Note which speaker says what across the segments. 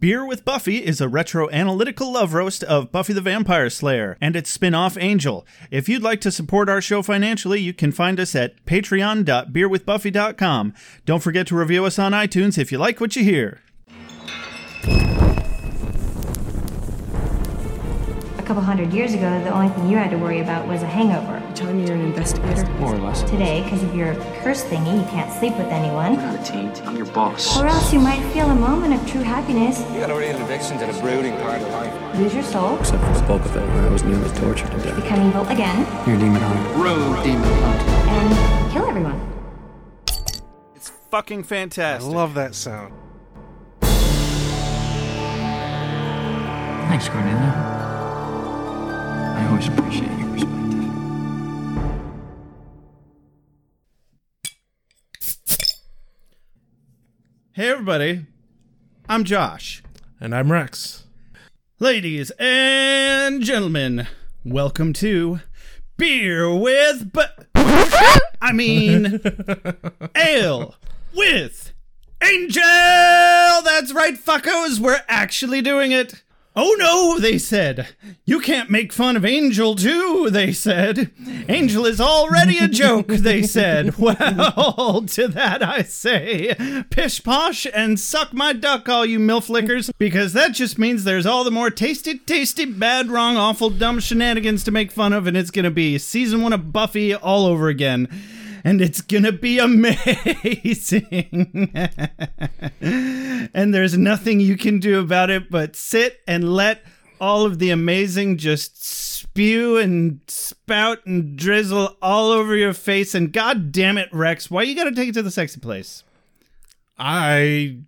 Speaker 1: Beer with Buffy is a retro analytical love roast of Buffy the Vampire Slayer and its spin off Angel. If you'd like to support our show financially, you can find us at patreon.beerwithbuffy.com. Don't forget to review us on iTunes if you like what you hear.
Speaker 2: A couple hundred years ago, the only thing you had to worry about was a hangover.
Speaker 3: Tell me you're an investigator.
Speaker 4: More or less.
Speaker 2: Today, because of your curse thingy, you can't sleep with anyone.
Speaker 4: I'm a teen. I'm your boss.
Speaker 2: Or else you might feel a moment of true happiness,
Speaker 5: You got a real addiction to the brooding part of life.
Speaker 2: lose your soul,
Speaker 6: Except for the bulk of it, where I was nearly tortured to death.
Speaker 2: become evil again,
Speaker 6: Your demon hunter.
Speaker 4: Road demon hunt.
Speaker 2: and kill everyone.
Speaker 1: It's fucking
Speaker 7: I
Speaker 1: fantastic.
Speaker 7: love that sound.
Speaker 4: Thanks, Cornelia. I always appreciate your perspective.
Speaker 1: hey, everybody. I'm Josh.
Speaker 7: And I'm Rex.
Speaker 1: Ladies and gentlemen, welcome to Beer with But I mean Ale with Angel. That's right, fuckos, we're actually doing it. Oh no, they said. You can't make fun of Angel too, they said. Angel is already a joke, they said. Well, to that I say, pish posh and suck my duck, all you milf lickers, because that just means there's all the more tasty, tasty, bad, wrong, awful, dumb shenanigans to make fun of, and it's gonna be season one of Buffy all over again. And it's gonna be amazing. and there's nothing you can do about it but sit and let all of the amazing just spew and spout and drizzle all over your face. And god damn it, Rex, why you gotta take it to the sexy place?
Speaker 7: I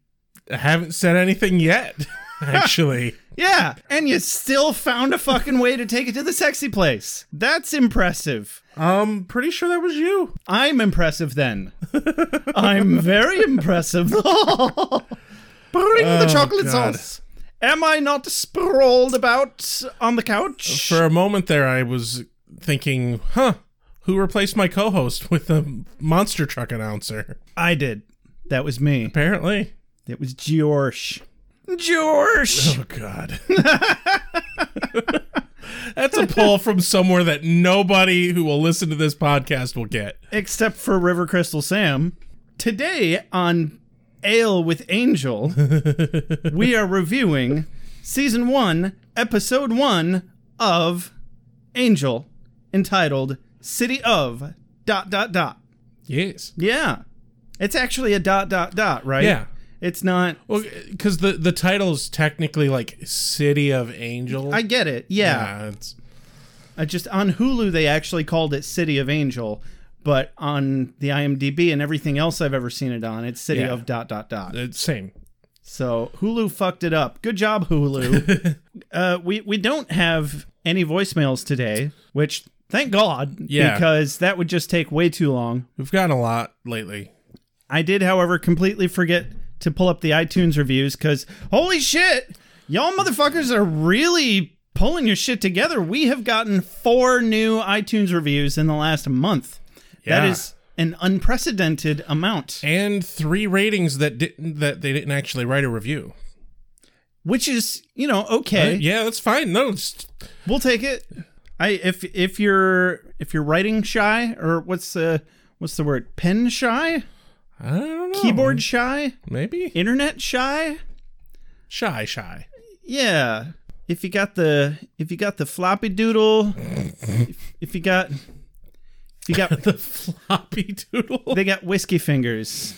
Speaker 7: haven't said anything yet, actually.
Speaker 1: Yeah, and you still found a fucking way to take it to the sexy place. That's impressive.
Speaker 7: um, pretty sure that was you.
Speaker 1: I'm impressive then. I'm very impressive. Bring the
Speaker 7: Oh,
Speaker 1: chocolate
Speaker 7: God.
Speaker 1: sauce. Am I not sprawled about on the couch?
Speaker 7: For a moment there, I was thinking, huh, who replaced my co host with a monster truck announcer?
Speaker 1: I did. That was me.
Speaker 7: Apparently.
Speaker 1: It was George. George.
Speaker 7: Oh, God. That's a pull from somewhere that nobody who will listen to this podcast will get.
Speaker 1: Except for River Crystal Sam. Today on Ale with Angel, we are reviewing season one, episode one of Angel, entitled City of dot dot dot.
Speaker 7: Yes.
Speaker 1: Yeah. It's actually a dot dot dot, right?
Speaker 7: Yeah.
Speaker 1: It's not
Speaker 7: Well, because the the title's technically like City of Angels.
Speaker 1: I get it. Yeah.
Speaker 7: it's,
Speaker 1: I just on Hulu they actually called it City of Angel, but on the IMDb and everything else I've ever seen it on, it's City
Speaker 7: Yeah.
Speaker 1: of dot dot dot.
Speaker 7: it's same.
Speaker 1: So Hulu fucked it up. Good job Hulu. uh we we don't have any voicemails today, which thank God
Speaker 7: Yeah.
Speaker 1: because that would just take way too long.
Speaker 7: We've gotten a lot lately.
Speaker 1: I did, however, completely forget to pull up the iTunes reviews because holy shit, y'all motherfuckers are really pulling your shit together. We have gotten four new iTunes reviews in the last month. That
Speaker 7: Yeah.
Speaker 1: is an unprecedented amount,
Speaker 7: And three ratings that didn't that they didn't actually write a review.
Speaker 1: which is you know
Speaker 7: Uh,
Speaker 1: okay.
Speaker 7: yeah, that's fine. No, it's,
Speaker 1: We'll take it. I if if you're if you're writing shy or what's the what's the word pen shy
Speaker 7: I don't know.
Speaker 1: keyboard shy
Speaker 7: maybe
Speaker 1: internet shy
Speaker 7: shy, shy.
Speaker 1: Yeah. If you got the if you got the floppy doodle, if, if you got if you got
Speaker 7: The floppy doodle.
Speaker 1: they got whiskey fingers.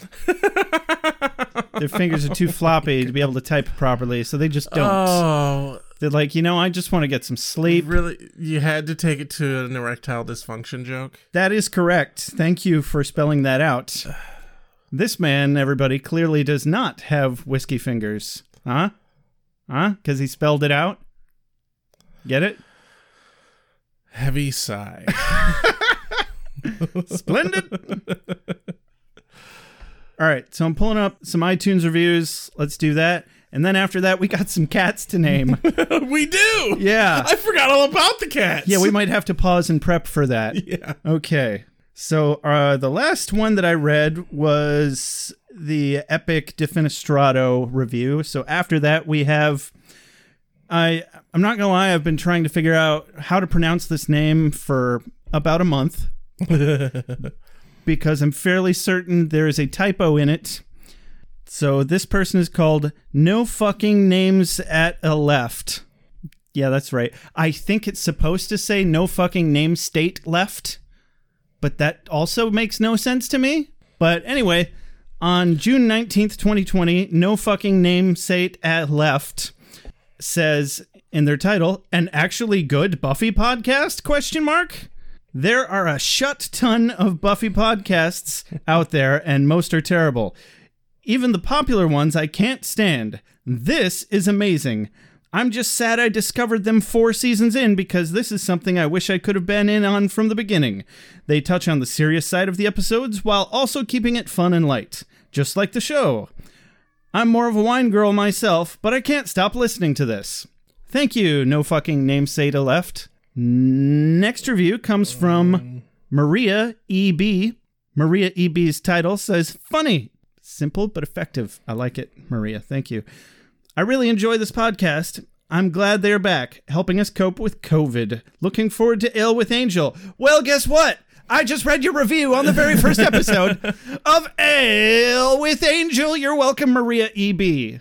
Speaker 1: Their fingers are too floppy to be able to type properly, so they just don't.
Speaker 7: Oh,
Speaker 1: They're like, you know, I just want to get some sleep.
Speaker 7: really? You had to take it to an erectile dysfunction joke.
Speaker 1: That is correct. Thank you for spelling that out. This man, everybody, clearly does not have whiskey fingers. Huh? Huh? Because he spelled it out? Get it?
Speaker 7: Heavy sigh.
Speaker 1: Splendid. All right, so I'm pulling up some iTunes reviews. Let's do that. And then after that, we got some cats to name.
Speaker 7: we do.
Speaker 1: Yeah.
Speaker 7: I forgot all about the cats.
Speaker 1: yeah, we might have to pause and prep for that.
Speaker 7: Yeah.
Speaker 1: Okay. So uh, the last one that I read was the epic Defenestrado review. So after that, we have I I'm not gonna lie, I've been trying to figure out how to pronounce this name for about a month because I'm fairly certain there is a typo in it. So this person is called No Fucking Names at a Left. Yeah, that's right. I think it's supposed to say No Fucking Name State Left, but that also makes no sense to me. But anyway, on June 19th, 2020, No Fucking Name State at Left says in their title, an actually good Buffy podcast question mark? There are a shut ton of Buffy podcasts out there, and most are terrible. Even the popular ones I can't stand. This is amazing. I'm just sad I discovered them four seasons in because this is something I wish I could have been in on from the beginning. They touch on the serious side of the episodes while also keeping it fun and light, just like the show. I'm more of a wine girl myself, but I can't stop listening to this. Thank you, no fucking namesake to left. Next review comes from Maria E EB. Maria EB's title says, Funny, simple but effective. I like it, Maria. Thank you. I really enjoy this podcast. I'm glad they're back, helping us cope with COVID. Looking forward to Ale with Angel. Well, guess what? I just read your review on the very first episode of Ale with Angel. You're welcome, Maria EB.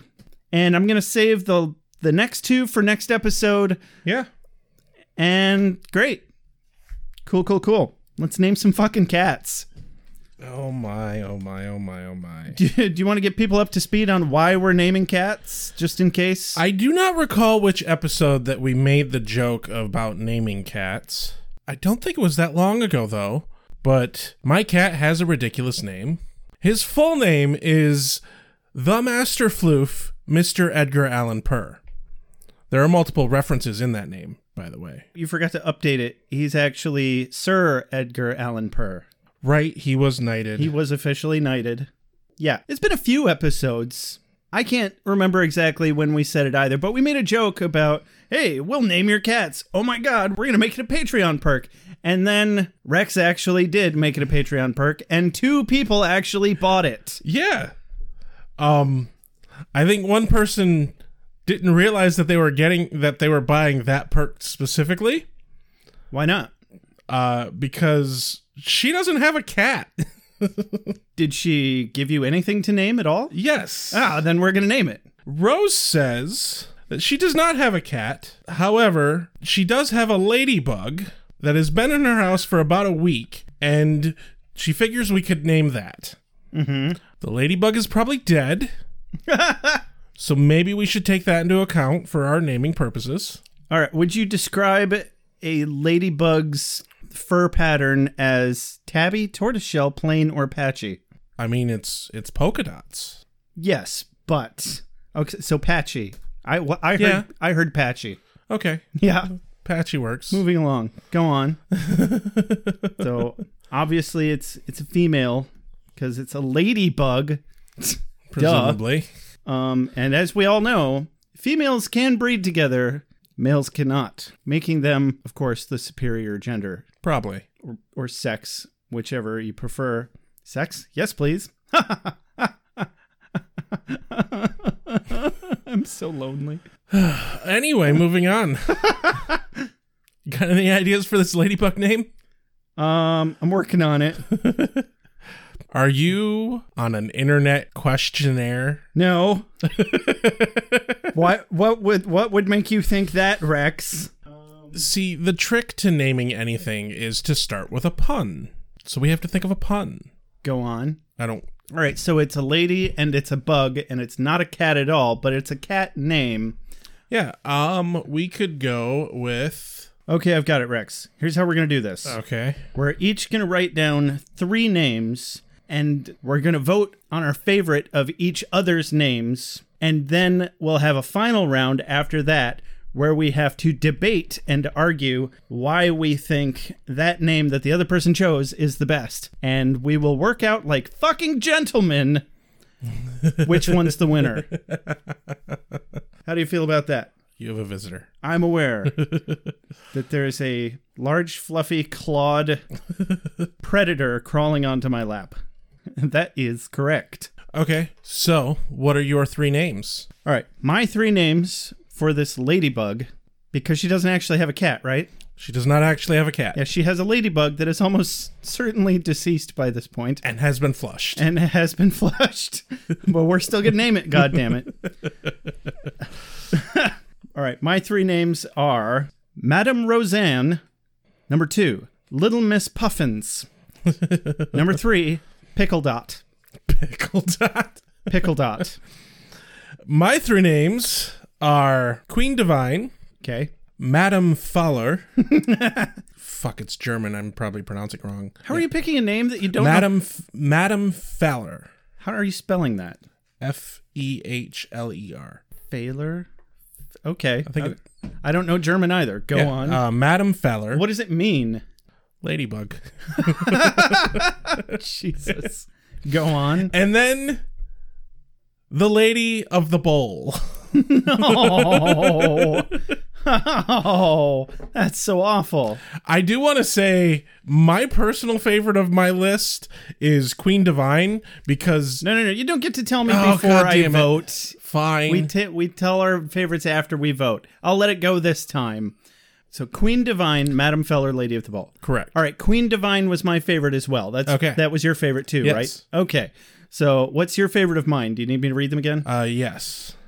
Speaker 1: And I'm going to save the the next two for next episode.
Speaker 7: Yeah.
Speaker 1: And great. Cool, cool, cool. Let's name some fucking cats.
Speaker 7: Oh my, oh my, oh my, oh my.
Speaker 1: Do you, do you want to get people up to speed on why we're naming cats, just in case?
Speaker 7: I do not recall which episode that we made the joke about naming cats. I don't think it was that long ago, though. But my cat has a ridiculous name. His full name is The Master Floof, Mr. Edgar Allan Purr. There are multiple references in that name, by the way.
Speaker 1: you forgot to update it. He's actually Sir Edgar Allan Purr.
Speaker 7: Right, he was knighted.
Speaker 1: He was officially knighted. Yeah, it's been a few episodes. I can't remember exactly when we said it either, but we made a joke about, hey, we'll name your cats. Oh my God, we're going to make it a Patreon perk. And then Rex actually did make it a Patreon perk, and two people actually bought it.
Speaker 7: Yeah. Um I think one person didn't realize that they were getting that they were buying that perk specifically
Speaker 1: Why not?
Speaker 7: uh because she doesn't have a cat.
Speaker 1: Did she give you anything to name at all?
Speaker 7: yes.
Speaker 1: Ah, then we're going to name it.
Speaker 7: Rose says that she does not have a cat. However, she does have a ladybug that has been in her house for about a week and she figures we could name that. Mm-hmm. The ladybug is probably dead. so maybe we should take that into account for our naming purposes.
Speaker 1: All right, would you describe a ladybug's fur pattern as tabby, tortoiseshell, plain, or patchy?
Speaker 7: I mean, it's it's polka dots.
Speaker 1: Yes, but okay, so patchy. I wh- I heard
Speaker 7: Yeah.
Speaker 1: I heard patchy.
Speaker 7: Okay,
Speaker 1: Yeah.
Speaker 7: patchy works.
Speaker 1: Moving along. Go on. so obviously it's it's a female because it's a ladybug.
Speaker 7: presumably.
Speaker 1: Um, and as we all know, females can breed together. Males cannot, making them, of course, the superior gender
Speaker 7: Probably.
Speaker 1: or sex, whichever you prefer. Sex? Yes, please. I'm so lonely.
Speaker 7: Anyway, moving on. Got any ideas for this ladybug name?
Speaker 1: Um, I'm working on it.
Speaker 7: Are you on an internet questionnaire?
Speaker 1: No. what what would what would make you think that, Rex?
Speaker 7: See, the trick to naming anything is to start with a pun. So we have to think of a pun.
Speaker 1: Go on.
Speaker 7: I don't.
Speaker 1: All right, so it's a lady and it's a bug and it's not a cat at all, but it's a cat name.
Speaker 7: Yeah. Um. We could go with.
Speaker 1: Okay, I've got it, Rex. Here's how we're going to do this.
Speaker 7: Okay.
Speaker 1: We're each going to write down three names and we're going to vote on our favorite of each other's names. And then we'll have a final round after that where we have to debate and argue why we think that name that the other person chose is the best. And we will work out like fucking gentlemen which one's the winner. How do you feel about that?
Speaker 7: You have a visitor.
Speaker 1: I'm aware that there is a large, fluffy, clawed predator crawling onto my lap. That is correct.
Speaker 7: Okay, so what are your three names?
Speaker 1: All right, my three names for this ladybug, because she doesn't actually have a cat, right?
Speaker 7: She does not actually have a cat
Speaker 1: Yeah, she has a ladybug that is almost certainly deceased by this point
Speaker 7: and has been flushed.
Speaker 1: and has been flushed, but we're still gonna name it. God damn it! All right, my three names are Madame Roseanne, number two, Little Miss Puffins, number three, Pickle Dot.
Speaker 7: Pickle Dot.
Speaker 1: Pickle Dot.
Speaker 7: My three names are Queen Divine,
Speaker 1: Okay.
Speaker 7: Madame Fowler. Fuck, it's German. I'm probably pronouncing it wrong.
Speaker 1: How are you picking a name that you don't? know?
Speaker 7: Madame F- Madame Fowler.
Speaker 1: How are you spelling that?
Speaker 7: F E H L E R.
Speaker 1: Failer. Okay. I
Speaker 7: think it-
Speaker 1: I don't know German either. Go
Speaker 7: Yeah,
Speaker 1: on.
Speaker 7: Uh, Madame Fowler.
Speaker 1: what does it mean?
Speaker 7: Ladybug.
Speaker 1: Jesus. Go on.
Speaker 7: And then the Lady of the Bowl.
Speaker 1: Oh. oh, that's so awful.
Speaker 7: I do want to say my personal favorite of my list is Queen Divine because
Speaker 1: No, no, no. You don't get to tell me
Speaker 7: Oh,
Speaker 1: before
Speaker 7: God
Speaker 1: I
Speaker 7: damn it.
Speaker 1: vote.
Speaker 7: fine.
Speaker 1: We t- we tell our favorites after we vote. I'll let it go this time. So Queen Divine, Madam Feller, Lady of the Ball.
Speaker 7: Correct.
Speaker 1: All right, Queen Divine was my favorite as well. That's
Speaker 7: Okay.
Speaker 1: That was your favorite too,
Speaker 7: Yes.
Speaker 1: right? Okay. So what's your favorite of mine? Do you need me to read them again?
Speaker 7: uh, yes.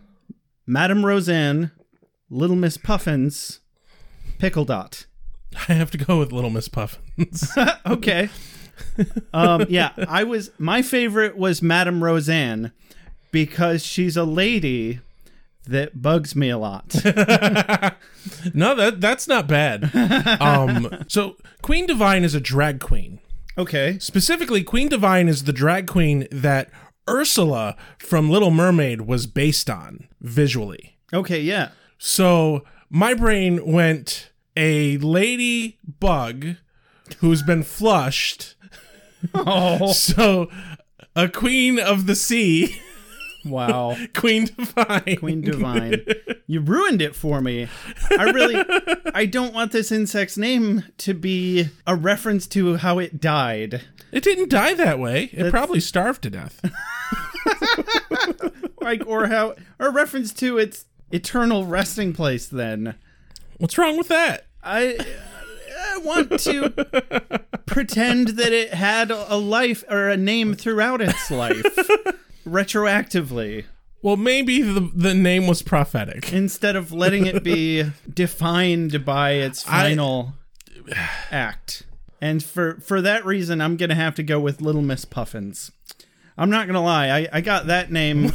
Speaker 1: Madam Roseanne, Little Miss Puffins, Pickle Dot.
Speaker 7: I have to go with Little Miss Puffins.
Speaker 1: okay. Um, yeah, I was. My favorite was Madame Roseanne because she's a lady that bugs me a lot.
Speaker 7: no, that that's not bad. Um, so Queen Divine is a drag queen.
Speaker 1: okay.
Speaker 7: Specifically, Queen Divine is the drag queen that Ursula from Little Mermaid was based on visually.
Speaker 1: Okay. Yeah.
Speaker 7: So my brain went a lady bug who's been flushed.
Speaker 1: Oh
Speaker 7: So a queen of the sea,
Speaker 1: wow,
Speaker 7: Queen Divine.
Speaker 1: Queen Divine, you ruined it for me. I really, I don't want this insect's name to be a reference to how it died.
Speaker 7: It didn't die that way. It probably starved to death.
Speaker 1: Like or how or a reference to its eternal resting place then.
Speaker 7: What's wrong with that?
Speaker 1: I uh, I want to pretend that it had a life or a name throughout its life retroactively
Speaker 7: Well, maybe the the name was prophetic.
Speaker 1: instead of letting it be defined by its
Speaker 7: I-
Speaker 1: final act. And for for that reason I'm going to have to go with Little Miss Puffins. I'm not going to lie. I, I got that name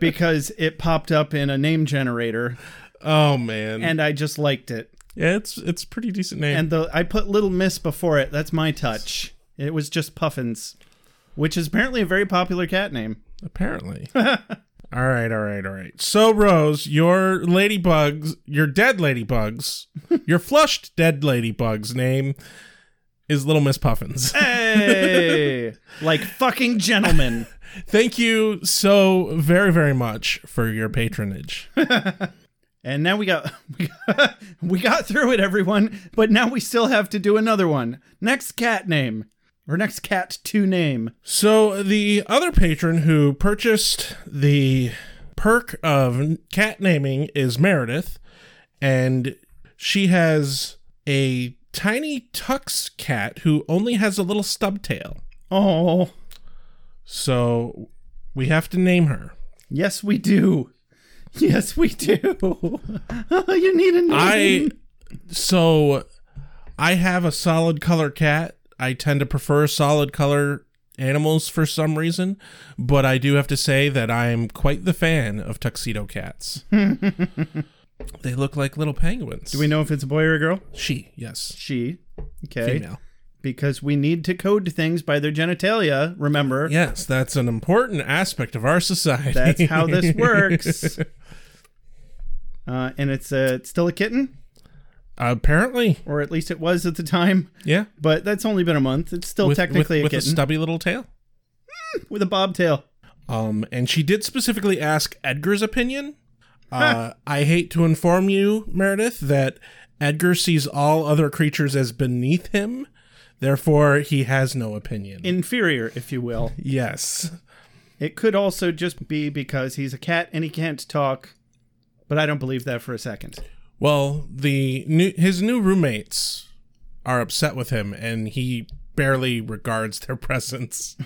Speaker 1: because it popped up in a name generator
Speaker 7: Oh man,
Speaker 1: and I just liked it.
Speaker 7: yeah, it's it's a pretty decent name.
Speaker 1: and the I put Little Miss before it. That's my touch. It was just Puffins, which is apparently a very popular cat name.
Speaker 7: Apparently. all right, all right, all right. So Rose, your ladybugs, your dead ladybugs, your flushed dead ladybug's name is Little Miss Puffins.
Speaker 1: Hey, like fucking gentlemen.
Speaker 7: Thank you so very very much for your patronage.
Speaker 1: And now we got, we got we got through it, everyone. But now we still have to do another one. Next cat name or next cat to name.
Speaker 7: So the other patron who purchased the perk of cat naming is Meredith, and she has a tiny Tux cat who only has a little stub tail.
Speaker 1: Oh,
Speaker 7: So we have to name her.
Speaker 1: yes we do. Yes we do. you need a name.
Speaker 7: I so I have a solid color cat. I tend to prefer solid color animals for some reason, but I do have to say that I'm quite the fan of tuxedo cats. they look like little penguins.
Speaker 1: Do we know if it's a boy or a girl?
Speaker 7: she? Yes.
Speaker 1: She. Okay.
Speaker 7: Female.
Speaker 1: because we need to code things by their genitalia. Remember,
Speaker 7: Yes, that's an important aspect of our society.
Speaker 1: that's how this works. Uh, and it's uh, it's still a kitten,
Speaker 7: Apparently,
Speaker 1: or at least it was at the time.
Speaker 7: yeah.
Speaker 1: But that's only been a month. It's still
Speaker 7: With-
Speaker 1: technically a
Speaker 7: with, with a
Speaker 1: kitten
Speaker 7: stubby little tail.
Speaker 1: with a bobtail.
Speaker 7: Um, and she did specifically ask Edgar's opinion. Uh, I hate to inform you, Meredith, that Edgar sees all other creatures as beneath him. Therefore, he has no opinion.
Speaker 1: Inferior, if you will.
Speaker 7: yes.
Speaker 1: It could also just be because he's a cat and he can't talk, but I don't believe that for a second.
Speaker 7: Well, the new, his new roommates are upset with him, and he barely regards their presence.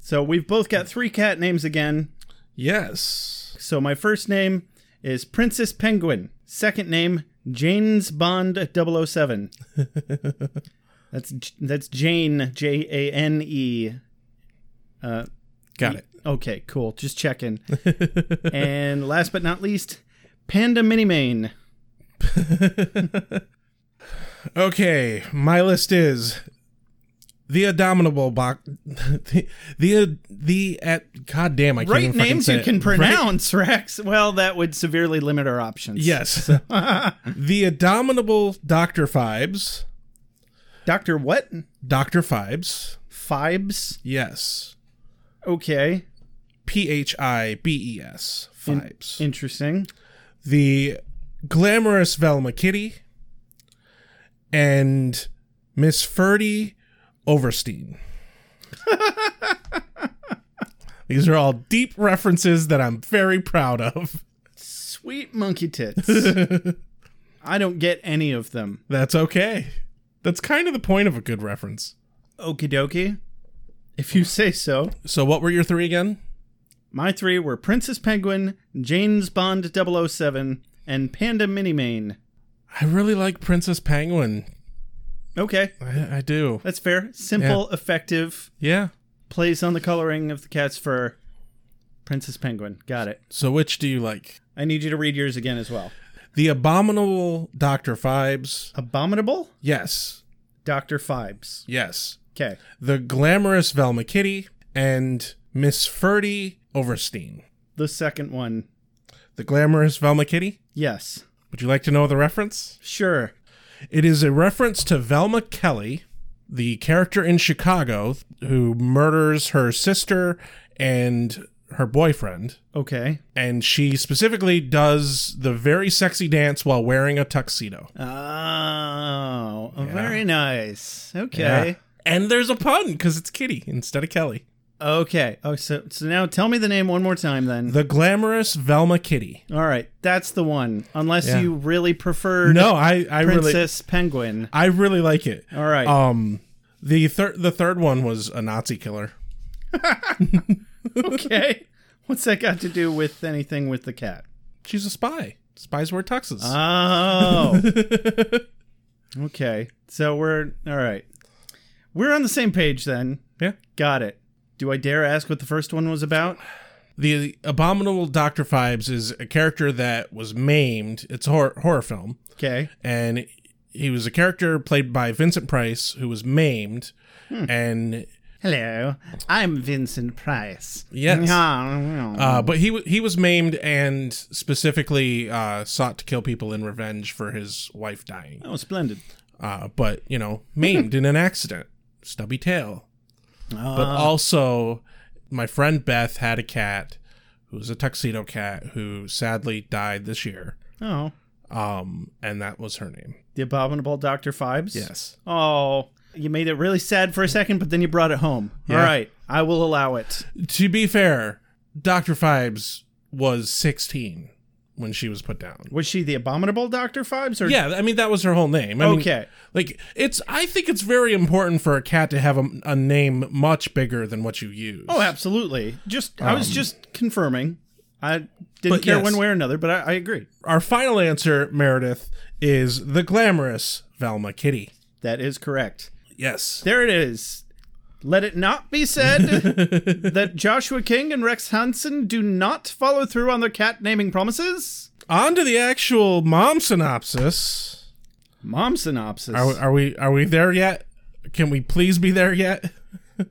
Speaker 1: So we've both got three cat names again.
Speaker 7: Yes.
Speaker 1: So my first name is Princess Penguin. Second name Jane's Bond 007. that's that's Jane J A N E.
Speaker 7: Got it.
Speaker 1: Okay, cool. Just checking. and last but not least, Panda Minimane.
Speaker 7: Okay, my list is the abominable box. The, the the at god damn I can't
Speaker 1: Right
Speaker 7: even fucking
Speaker 1: names
Speaker 7: say
Speaker 1: you
Speaker 7: it.
Speaker 1: can
Speaker 7: Right-
Speaker 1: pronounce, Rex. Well, that would severely limit our options.
Speaker 7: Yes, the abominable Doctor Fibes.
Speaker 1: Doctor what?
Speaker 7: Doctor Fibes.
Speaker 1: Fibes.
Speaker 7: Yes,
Speaker 1: Okay.
Speaker 7: P H I B E S Fibes.
Speaker 1: Interesting.
Speaker 7: the glamorous Velma Kitty and Miss Ferdy Overstein. These are all deep references that I'm very proud of.
Speaker 1: Sweet monkey tits. I don't get any of them.
Speaker 7: That's okay. That's kind of the point of a good reference.
Speaker 1: Okie dokie. If you say so.
Speaker 7: So, what were your three again?
Speaker 1: My three were Princess Penguin, James Bond 007, and Panda Minimane.
Speaker 7: I really like Princess Penguin.
Speaker 1: Okay,
Speaker 7: I, I do.
Speaker 1: that's fair. Simple, effective,
Speaker 7: Yeah.
Speaker 1: plays on the coloring of the cat's fur. Princess Penguin. Got it.
Speaker 7: So, which do you like?
Speaker 1: I need you to read yours again as well.
Speaker 7: The Abominable Dr. Fibes.
Speaker 1: Abominable
Speaker 7: Yes.
Speaker 1: Dr. Fibes.
Speaker 7: Yes.
Speaker 1: Okay.
Speaker 7: the glamorous Velma Kitty, and Miss Ferdy Overstein.
Speaker 1: The second one.
Speaker 7: The glamorous Velma Kitty?
Speaker 1: Yes.
Speaker 7: Would you like to know the reference?
Speaker 1: Sure.
Speaker 7: It is a reference to Velma Kelly, the character in Chicago who murders her sister and her boyfriend.
Speaker 1: Okay.
Speaker 7: And she specifically does the very sexy dance while wearing a tuxedo.
Speaker 1: Oh, very nice. Okay.
Speaker 7: And there's a pun because it's Kitty instead of Kelly.
Speaker 1: Okay. Oh, so so now tell me the name one more time then.
Speaker 7: The glamorous Velma Kitty.
Speaker 1: All right, that's the one. Unless
Speaker 7: Yeah.
Speaker 1: you really prefer
Speaker 7: No, I, I really.
Speaker 1: Princess Penguin.
Speaker 7: I really like it.
Speaker 1: All right.
Speaker 7: Um, the third the third one was a Nazi killer.
Speaker 1: Okay. What's that got to do with anything with the cat?
Speaker 7: She's a spy. Spies wear tuxes.
Speaker 1: Uh. Oh. okay. So we're all right. We're on the same page then.
Speaker 7: yeah.
Speaker 1: Got it. Do I dare ask what the first one was about?
Speaker 7: The abominable Doctor Fibes is a character that was maimed. It's a horror, horror film,
Speaker 1: Okay.
Speaker 7: and he was a character played by Vincent Price who was maimed, and
Speaker 1: Hello, I'm Vincent Price.
Speaker 7: Yes.
Speaker 1: Uh,
Speaker 7: uh, but he wa- he was maimed and specifically uh, sought to kill people in revenge for his wife dying.
Speaker 1: oh, splendid.
Speaker 7: uh, but you know, maimed in an accident, stubby tail. But
Speaker 1: Ah.
Speaker 7: also, my friend Beth had a cat who was a tuxedo cat who sadly died this year,
Speaker 1: Oh,
Speaker 7: um, and that was her name.
Speaker 1: the abominable Doctor Fibes.
Speaker 7: Yes,
Speaker 1: Oh, you made it really sad for a second, but then you brought it home.
Speaker 7: Yeah.
Speaker 1: All right, I will allow it.
Speaker 7: to be fair, Doctor Fibes was sixteen when she was put down.
Speaker 1: Was she the abominable Doctor Fibes? Or
Speaker 7: Yeah, I mean that was her whole name. I mean,
Speaker 1: Okay.
Speaker 7: like it's. I think it's very important for a cat to have a, a name much bigger than what you use.
Speaker 1: Oh, absolutely. Just I was just confirming. I didn't
Speaker 7: Um, but
Speaker 1: care
Speaker 7: yes.
Speaker 1: one way or another, but I, I agree.
Speaker 7: our final answer, Meredith, is the glamorous Velma Kitty.
Speaker 1: That is correct.
Speaker 7: Yes.
Speaker 1: There it is. Let it not be said that Joshua King and Rex Hansen do not follow through on their cat naming promises.
Speaker 7: On to the actual mom synopsis.
Speaker 1: Mom synopsis.
Speaker 7: Are, are we are we there yet? Can we please be there yet?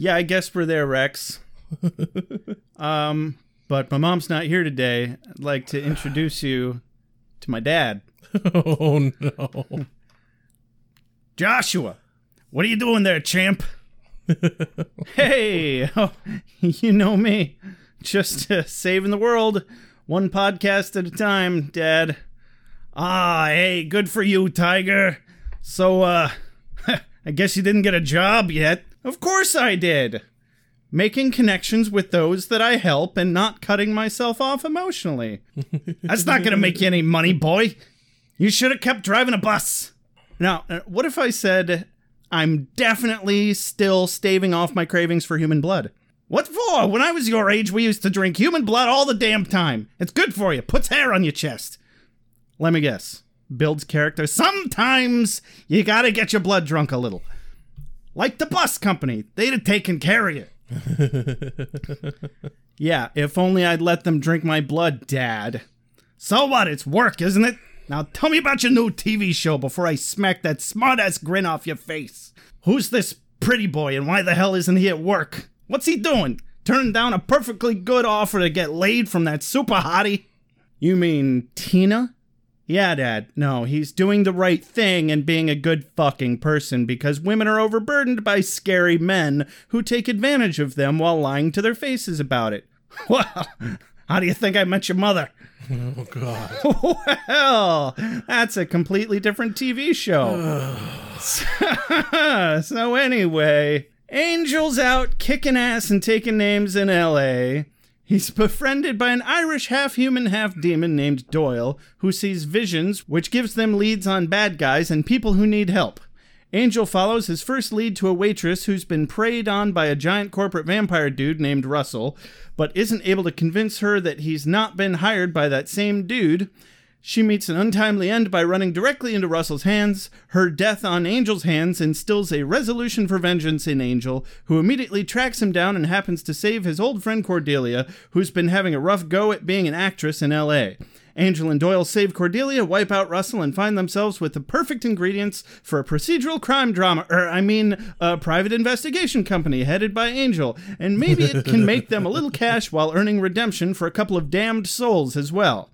Speaker 1: Yeah, I guess we're there, Rex. um, but my mom's not here today. I'd like to introduce you to my dad,
Speaker 7: Oh no.
Speaker 1: Joshua. What are you doing there, champ? hey, oh, you know me, just uh, saving the world One podcast at a time, Dad. Ah, hey, good for you, Tiger. So, uh, I guess you didn't get a job yet. Of course I did. Making connections with those that I help and not cutting myself off emotionally. That's not going to make you any money, boy. You should have kept driving a bus. Now, uh, what if I said I'm definitely still staving off my cravings for human blood? What for? When I was your age, we used to drink human blood all the damn time. It's good for you, puts hair on your chest. Let me guess. Builds character. Sometimes you gotta get your blood drunk a little. Like the bus company, they'd have taken care of you. yeah, if only I'd let them drink my blood, Dad. So what? It's work, isn't it? Now tell me about your new TV show before I smack that smartass grin off your face. Who's this pretty boy and why the hell isn't he at work? What's he doing? Turning down a perfectly good offer to get laid from that super hottie? You mean Tina? Yeah, Dad. No, he's doing the right thing and being a good fucking person because women are overburdened by scary men who take advantage of them while lying to their faces about it. Well, how do you think I met your mother?
Speaker 7: Oh god.
Speaker 1: Well, that's a completely different TV show. so, anyway, Angel's out kicking ass and taking names in LA. He's befriended by an Irish half human, half demon named Doyle, who sees visions, which gives them leads on bad guys and people who need help. Angel follows his first lead to a waitress who's been preyed on by a giant corporate vampire dude named Russell, but isn't able to convince her that he's not been hired by that same dude. She meets an untimely end by running directly into Russell's hands. Her death on Angel's hands instills a resolution for vengeance in Angel, who immediately tracks him down and happens to save his old friend Cordelia, who's been having a rough go at being an actress in LA. Angel and Doyle save Cordelia, wipe out Russell, and find themselves with the perfect ingredients for a procedural crime drama, or I mean, a private investigation company headed by Angel. And maybe it can make them a little cash while earning redemption for a couple of damned souls as well.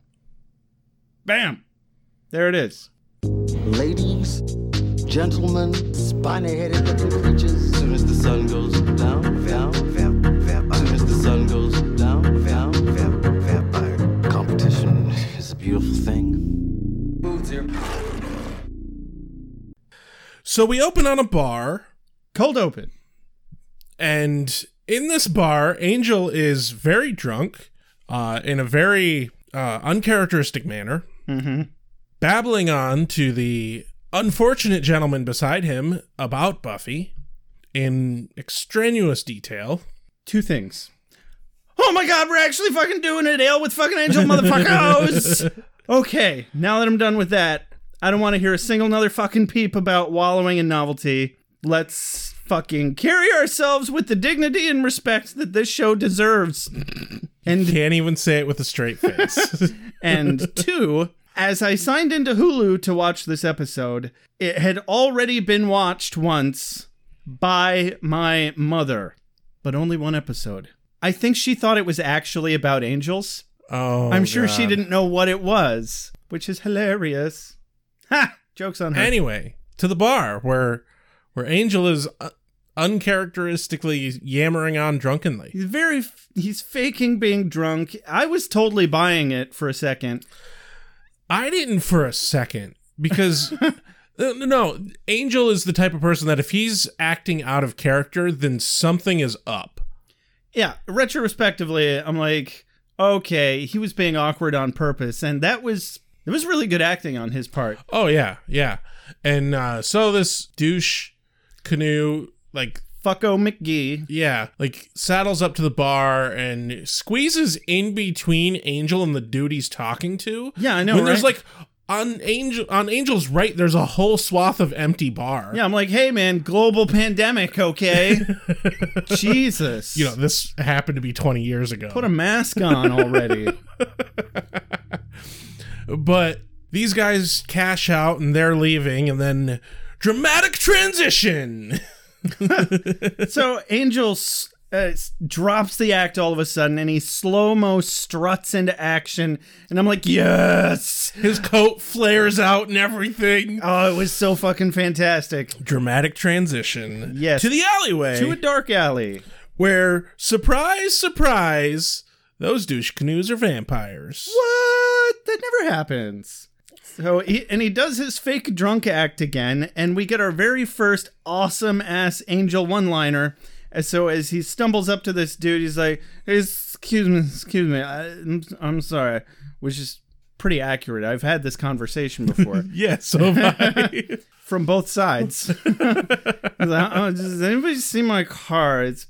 Speaker 1: Bam! There it is.
Speaker 3: Ladies, gentlemen, spiny headed looking creatures. Soon as the sun goes down, down, down, down. Soon as the sun goes down, down, down, vampire. Competition is a beautiful thing.
Speaker 7: So we open on a bar,
Speaker 1: Cold open.
Speaker 7: and in this bar, Angel is very drunk, uh, in a very uh, uncharacteristic manner, babbling on to the unfortunate gentleman beside him about Buffy in extraneous detail.
Speaker 1: Two things. Oh my god, we're actually fucking doing it, Ale, with fucking Angel motherfuckers! okay, now that I'm done with that, I don't want to hear a single another fucking peep about wallowing in novelty. Let's fucking carry ourselves with the dignity and respect that this show deserves. And
Speaker 7: Can't even say it with a straight face.
Speaker 1: And two, as I signed into Hulu to watch this episode, it had already been watched once by my mother, but only one episode. I think she thought it was actually about angels.
Speaker 7: oh,
Speaker 1: I'm sure
Speaker 7: God.
Speaker 1: she didn't know what it was, which is hilarious. Ha! Joke's on her.
Speaker 7: Anyway, to the bar where where Angel is uh, uncharacteristically yammering on drunkenly.
Speaker 1: he's very, f- he's faking being drunk. I was totally buying it for a second.
Speaker 7: I didn't for a second because uh, no, Angel is the type of person that if he's acting out of character, then something is up.
Speaker 1: yeah, retrospectively, I'm like, okay, he was being awkward on purpose, and that was it was really good acting on his part.
Speaker 7: Oh yeah, yeah. And uh, so this douche canoe like
Speaker 1: Fucko McGee.
Speaker 7: Yeah, like saddles up to the bar and squeezes in between Angel and the dude he's talking to.
Speaker 1: Yeah, I know,
Speaker 7: When there's
Speaker 1: right?
Speaker 7: like on Angel on Angel's right, there's a whole swath of empty bar.
Speaker 1: Yeah, I'm like, hey man, global pandemic, okay? Jesus,
Speaker 7: you know this happened to be 20 years ago.
Speaker 1: put a mask on already.
Speaker 7: but these guys cash out and they're leaving, and then dramatic transition.
Speaker 1: so Angel s- uh, s- drops the act all of a sudden, and he slow mo struts into action, and I'm like, yes.
Speaker 7: His coat flares out and everything.
Speaker 1: Oh, it was so fucking fantastic.
Speaker 7: Dramatic transition.
Speaker 1: Yes.
Speaker 7: To the alleyway.
Speaker 1: To a dark alley.
Speaker 7: where surprise surprise Those douche canoes are vampires.
Speaker 1: What? That never happens. So he, and he does his fake drunk act again, and we get our very first awesome ass angel one liner. And so as he stumbles up to this dude, he's like, "Excuse me, excuse me, I, I'm, I'm sorry," which is pretty accurate. I've had this conversation before
Speaker 7: Yeah, so have I.
Speaker 1: from both sides. He's like, "Oh, does anybody see my car? It's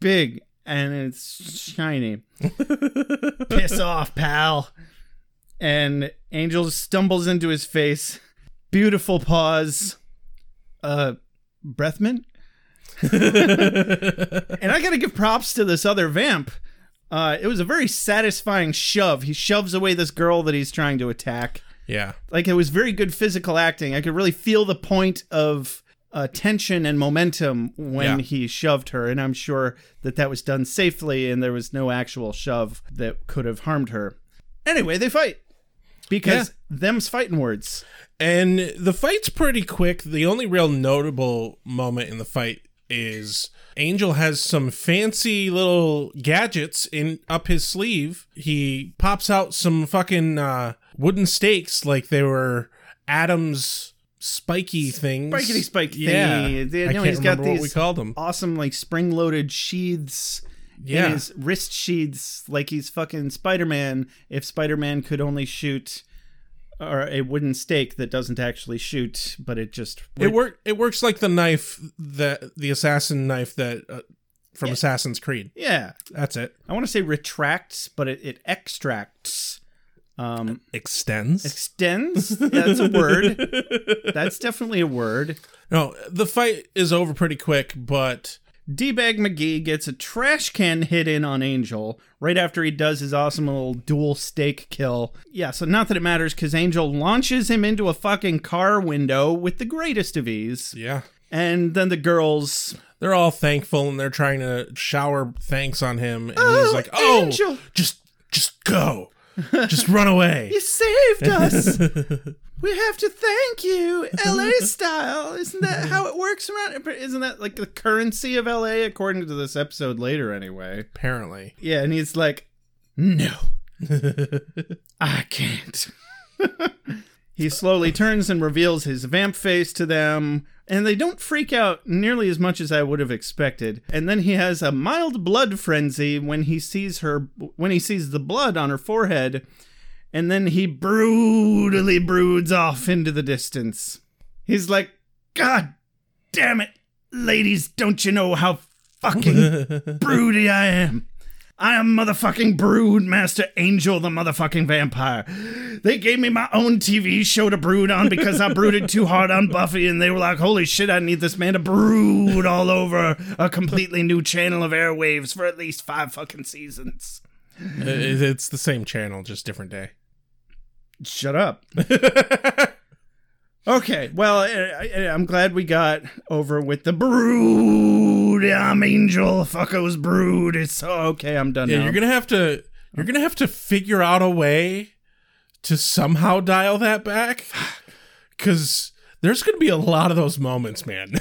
Speaker 1: big and it's shiny. Piss off, pal. And Angel stumbles into his face. Beautiful paws. Uh, breath mint? and I gotta give props to this other vamp. Uh, it was a very satisfying shove. He shoves away this girl that he's trying to attack
Speaker 7: yeah.
Speaker 1: like it was very good physical acting. I could really feel the point of uh, tension and momentum when
Speaker 7: Yeah.
Speaker 1: he shoved her, and I'm sure that that was done safely, and there was no actual shove that could have harmed her. Anyway, they fight because them's fighting words.
Speaker 7: And the fight's pretty quick. The only real notable moment in the fight is Angel has some fancy little gadgets in up his sleeve. He pops out some fucking uh, wooden stakes like they were Adam's spiky things.
Speaker 1: Spikety spike
Speaker 7: Yeah.
Speaker 1: thingy. They-
Speaker 7: I
Speaker 1: no,
Speaker 7: can't
Speaker 1: he's got
Speaker 7: remember what we
Speaker 1: these-
Speaker 7: called them.
Speaker 1: Awesome, like spring loaded sheaths.
Speaker 7: Yeah.
Speaker 1: In his wrist sheaths, like he's fucking Spider Man. If Spider Man could only shoot, or a wooden stake that doesn't actually shoot, but it just
Speaker 7: It work. It works like the knife that the assassin knife that uh, from Assassin's Creed.
Speaker 1: Yeah,
Speaker 7: That's it.
Speaker 1: I want to say retracts, but it, it extracts, um,
Speaker 7: Extends.
Speaker 1: extends. That's a word. That's definitely a word.
Speaker 7: no, the fight is over pretty quick, but
Speaker 1: D-bag McGee gets a trash can hit in on Angel right after he does his awesome little dual stake kill. Yeah, so not that it matters because Angel launches him into a fucking car window with the greatest of ease,
Speaker 7: yeah,
Speaker 1: and then the girls.
Speaker 7: they're all thankful and they're trying to shower thanks on him, and
Speaker 1: Oh,
Speaker 7: he's like, "Oh,
Speaker 1: Angel."
Speaker 7: just just go, just run away."
Speaker 1: You saved us. we have to thank you, LA style. Isn't that how it works around? Isn't that like the currency of LA, according to this episode later, anyway?
Speaker 7: Apparently,
Speaker 1: Yeah, and he's like, no, I can't. he slowly turns and reveals his vamp face to them, and they don't freak out nearly as much as I would have expected. And then he has a mild blood frenzy when he sees her, when he sees the blood on her forehead, and then he brutally broods off into the distance. He's like, God damn it, ladies, don't you know how fucking broody I am? I am motherfucking Broodmaster Angel, the motherfucking vampire. They gave me my own TV show to brood on because I brooded too hard on Buffy, and they were like, holy shit, I need this man to brood all over a completely new channel of airwaves for at least five fucking seasons.
Speaker 7: It- it- it's the same channel, just different day.
Speaker 1: Shut up. okay, well, I, I, I'm glad we got over with the brood. I'm Angel, fuckos brood. It's so okay, I'm done
Speaker 7: Yeah,
Speaker 1: now.
Speaker 7: you're gonna have to you're gonna have to figure out a way to somehow dial that back, because there's gonna be a lot of those moments, man.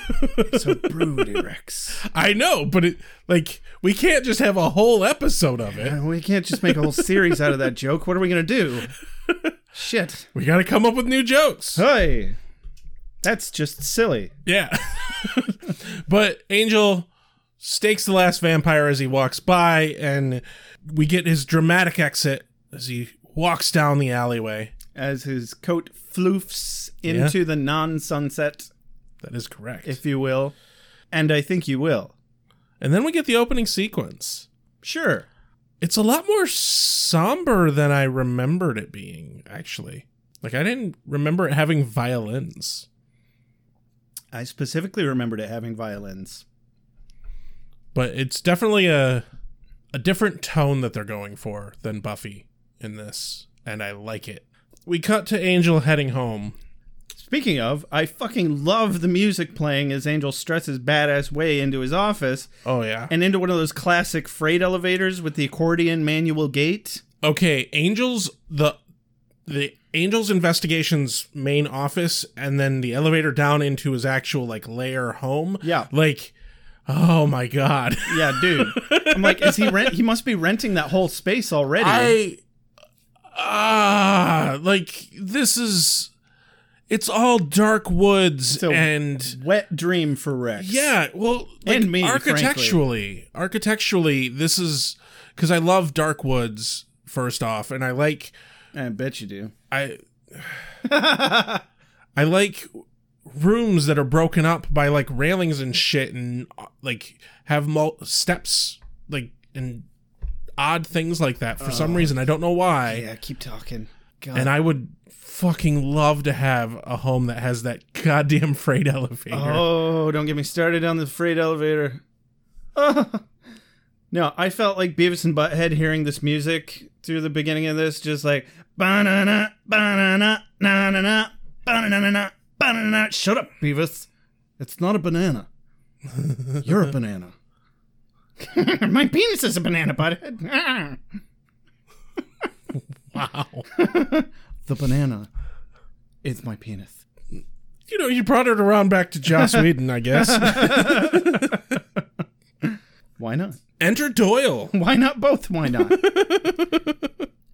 Speaker 1: so broody, Rex.
Speaker 7: I know, but it like we can't just have a whole episode of it.
Speaker 1: Uh, We can't just make a whole series out of that joke. What are we gonna do? Shit.
Speaker 7: We got to come up with new jokes.
Speaker 1: Hey, that's just silly.
Speaker 7: Yeah. but Angel stakes the last vampire as he walks by, and we get his dramatic exit as he walks down the alleyway.
Speaker 1: As his coat floofs into the non-sunset,
Speaker 7: That is correct.
Speaker 1: if you will, and I think you will.
Speaker 7: and then we get the opening sequence.
Speaker 1: Sure.
Speaker 7: It's a lot more somber than I remembered it being, actually. Like, I didn't remember it having violins.
Speaker 1: I specifically remembered it having violins.
Speaker 7: but it's definitely a a different tone that they're going for than Buffy in this, and I like it. We cut to Angel heading home.
Speaker 1: Speaking of, I fucking love the music playing as Angel struts his badass way into his office
Speaker 7: Oh yeah. And
Speaker 1: and into one of those classic freight elevators with the accordion manual gate.
Speaker 7: okay, Angel's the the Angel's investigations main office and then the elevator down into his actual like lair home.
Speaker 1: Yeah.
Speaker 7: Like Oh my god.
Speaker 1: Yeah, dude. I'm like, is he rent? He must be renting that whole space already.
Speaker 7: I ah like this is it's all dark woods
Speaker 1: So-
Speaker 7: and
Speaker 1: Wet dream for Rex.
Speaker 7: yeah, well like
Speaker 1: And me, frankly.
Speaker 7: architecturally, architecturally this is cuz I love dark woods first off and I like
Speaker 1: I bet you do.
Speaker 7: I I like rooms that are broken up by like railings and shit and uh, like have mul- steps like and odd things like that for some reason I don't know why
Speaker 1: Oh. Yeah, keep talking. God.
Speaker 7: and I would fucking love to have a home that has that goddamn freight elevator.
Speaker 1: Oh, don't get me started on the freight elevator. Ah. no, I felt like Beavis and Butthead hearing this music through the beginning of this, just like banana, banana, na na na, banana, na, banana. Shut up, Beavis. It's not a banana. You're a banana. My penis is a banana, Butthead.
Speaker 7: Wow.
Speaker 1: the banana is my penis.
Speaker 7: You know, you brought it around back to Joss Whedon, I guess.
Speaker 1: Why not?
Speaker 7: Enter Doyle.
Speaker 1: Why not both? Why not?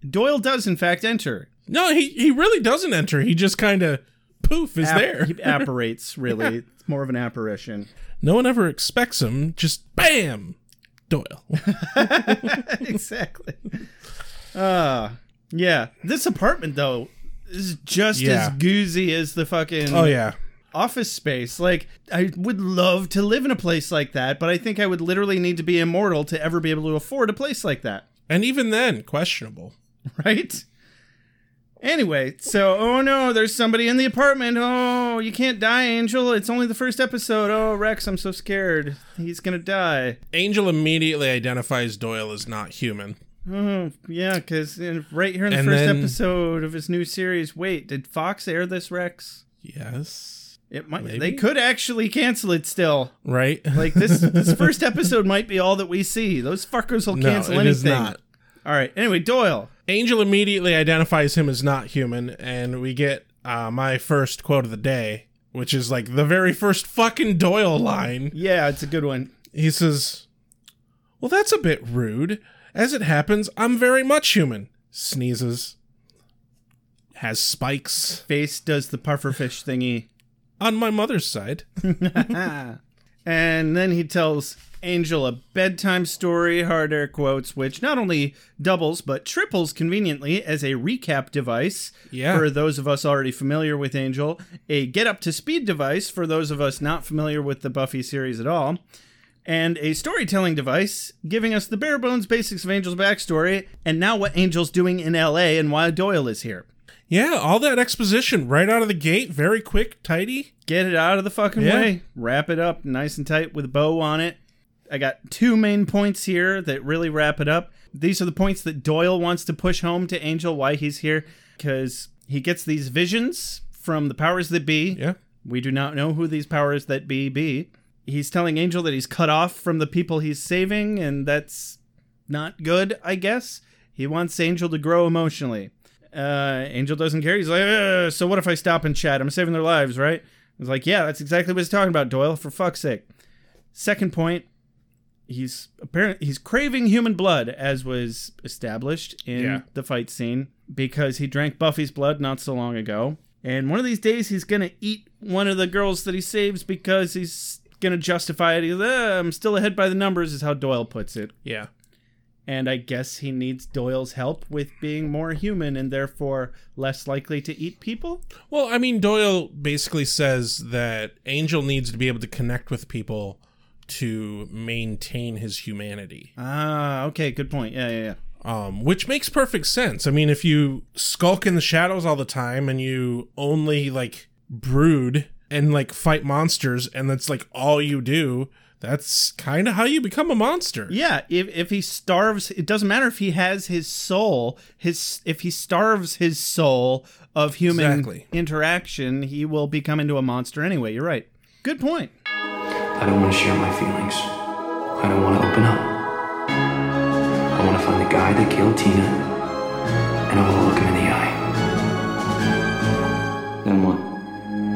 Speaker 1: Doyle does, in fact, enter.
Speaker 7: No, he, he really doesn't enter. He just kind of poof is
Speaker 1: Ap-
Speaker 7: there.
Speaker 1: He apparates, really. It's more of an apparition.
Speaker 7: No one ever expects him. Just bam, Doyle.
Speaker 1: exactly. Uh, yeah. This apartment, though, is just
Speaker 7: Yeah. Oh,
Speaker 1: as goozy as the fucking
Speaker 7: yeah.
Speaker 1: office space. Like, I would love to live in a place like that, but I think I would literally need to be immortal to ever be able to afford a place like that.
Speaker 7: And even then, questionable.
Speaker 1: right? Anyway, so oh no, there's somebody in the apartment. Oh, you can't die, Angel. It's only the first episode. Oh, Rex, I'm so scared. He's gonna die.
Speaker 7: Angel immediately identifies Doyle as not human.
Speaker 1: Oh, yeah, because right here in the
Speaker 7: And
Speaker 1: first
Speaker 7: then-
Speaker 1: episode of his new series. Wait, did Fox air this, Rex?
Speaker 7: Yes.
Speaker 1: It might. They
Speaker 7: Maybe.
Speaker 1: could actually cancel it still.
Speaker 7: Right?
Speaker 1: Like this, this first episode might be all that we see. Those fuckers will
Speaker 7: no,
Speaker 1: cancel
Speaker 7: it
Speaker 1: anything.
Speaker 7: is not.
Speaker 1: All right. Anyway, Doyle.
Speaker 7: Angel immediately identifies him as not human, and we get uh, my first quote of the day, which is like the very first fucking Doyle line.
Speaker 1: Yeah, it's a good one.
Speaker 7: He says, Well, that's a bit rude. As it happens, I'm very much human. Sneezes. Has spikes.
Speaker 1: Face does the pufferfish thingy.
Speaker 7: On my mother's side.
Speaker 1: And then he tells Angel a bedtime story, hard air quotes, which not only doubles but triples conveniently as a recap device
Speaker 7: Yeah.
Speaker 1: for those of us already familiar with Angel, a get up to speed device for those of us not familiar with the Buffy series at all, and a storytelling device giving us the bare bones basics of Angel's backstory and now what Angel's doing in LA and why Doyle is here.
Speaker 7: Yeah, all that exposition right out of the gate, very quick, tidy.
Speaker 1: get it out of the fucking
Speaker 7: Yeah.
Speaker 1: way. Wrap it up nice and tight with a bow on it. I got two main points here that really wrap it up. These are the points that Doyle wants to push home to Angel why he's here because he gets these visions from the powers that be.
Speaker 7: Yeah.
Speaker 1: We do not know who these powers that be be. He's telling Angel that he's cut off from the people he's saving, and that's not good, I guess. He wants Angel to grow emotionally. Uh, Angel doesn't care. He's like, "Ugh, so what if I stop and chat? I'm saving their lives, right? He's like, yeah, that's exactly what he's talking about, Doyle. For fuck's sake. Second point, he's apparently he's craving human blood, as was established in
Speaker 7: Yeah.
Speaker 1: the fight scene, because he drank Buffy's blood not so long ago. And one of these days, he's gonna eat one of the girls that he saves because he's gonna justify it. He's, "Ugh, I'm still ahead by the numbers, is how Doyle puts it
Speaker 7: Yeah.
Speaker 1: and I guess he needs Doyle's help with being more human and therefore less likely to eat people.
Speaker 7: Well, I mean, Doyle basically says that Angel needs to be able to connect with people to maintain his humanity,
Speaker 1: Ah, okay, good point. Yeah, yeah, yeah.
Speaker 7: um, which makes perfect sense. I mean, if you skulk in the shadows all the time and you only like brood and like fight monsters, and that's like all you do, that's kind of how you become a monster.
Speaker 1: Yeah, if if he starves, it doesn't matter if he has his soul. His if he starves his soul of human
Speaker 7: Exactly.
Speaker 1: interaction, he will become into a monster anyway. You're right. Good point.
Speaker 6: I don't want to share my feelings. I don't want to open up. I want to find the guy that killed Tina, and I want to look him in the eye.
Speaker 4: Then what?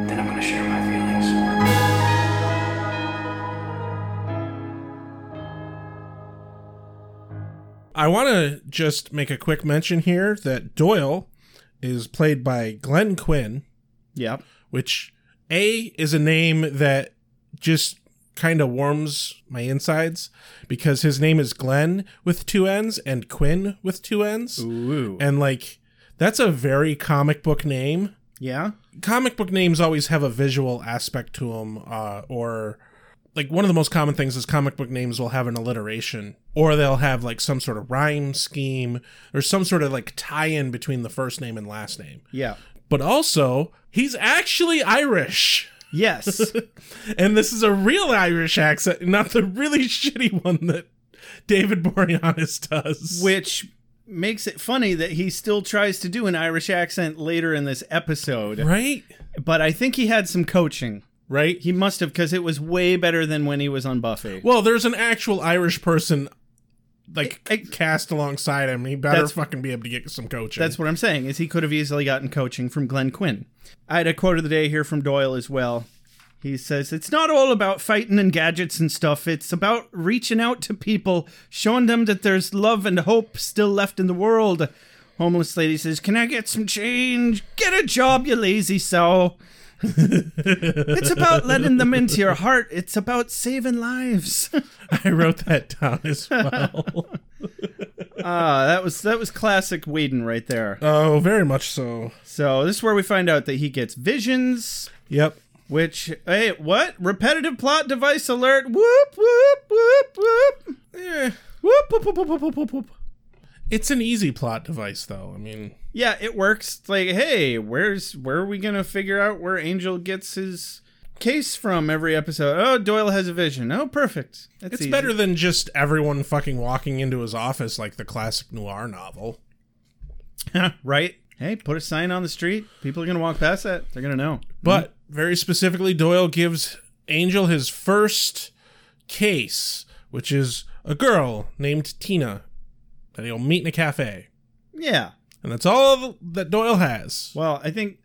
Speaker 6: Then I'm going to share my feelings.
Speaker 7: I want to just make a quick mention here that Doyle is played by Glenn Quinn,
Speaker 1: Yep.
Speaker 7: which A is a name that just kind of warms my insides because his name is Glenn with two N's and Quinn with two N's.
Speaker 1: Ooh.
Speaker 7: And like, that's a very comic book name
Speaker 1: yeah.
Speaker 7: comic book names always have a visual aspect to them uh, or like one of the most common things is comic book names will have an alliteration or they'll have like some sort of rhyme scheme or some sort of like tie-in between the first name and last name
Speaker 1: Yeah.
Speaker 7: but also he's actually irish
Speaker 1: Yes.
Speaker 7: and this is a real irish accent not the really shitty one that david boreanaz does
Speaker 1: Which makes it funny that he still tries to do an Irish accent later in this episode.
Speaker 7: right
Speaker 1: But I think he had some coaching.
Speaker 7: right
Speaker 1: He must have, because it was way better than when he was on Buffy.
Speaker 7: Well, there's an actual Irish person like
Speaker 1: I- I-
Speaker 7: cast alongside him. He better
Speaker 1: That's-
Speaker 7: fucking be able to get some coaching.
Speaker 1: That's what I'm saying, is he could have easily gotten coaching from Glenn Quinn. I had a quote of the day here from Doyle as well. He says, It's not all about fighting and gadgets and stuff. It's about reaching out to people, showing them that there's love and hope still left in the world. Homeless lady says, Can I get some change? Get a job, you lazy sow. it's about letting them into your heart. It's about saving lives.
Speaker 7: I wrote that down as well.
Speaker 1: Ah, that was that was classic Whedon right there.
Speaker 7: oh, very much so.
Speaker 1: So this is where we find out that he gets visions.
Speaker 7: Yep.
Speaker 1: Which, hey, what? Repetitive plot device alert. Whoop, whoop, whoop, whoop.
Speaker 7: Eh.
Speaker 1: Whoop, whoop, whoop, whoop, whoop, whoop, whoop, whoop.
Speaker 7: It's an easy plot device, though. I mean,
Speaker 1: Yeah, it works. It's like, hey, where's where are we gonna figure out where Angel gets his case from every episode? Oh, Doyle has a vision. Oh, perfect. That's
Speaker 7: it's
Speaker 1: easy.
Speaker 7: better than just everyone fucking walking into his office like the classic noir novel.
Speaker 1: right? Hey, put a sign on the street. People are gonna walk past that. They're gonna know.
Speaker 7: But very specifically, Doyle gives Angel his first case, which is a girl named Tina that he'll meet in a cafe.
Speaker 1: Yeah.
Speaker 7: And that's all that Doyle has.
Speaker 1: Well, I think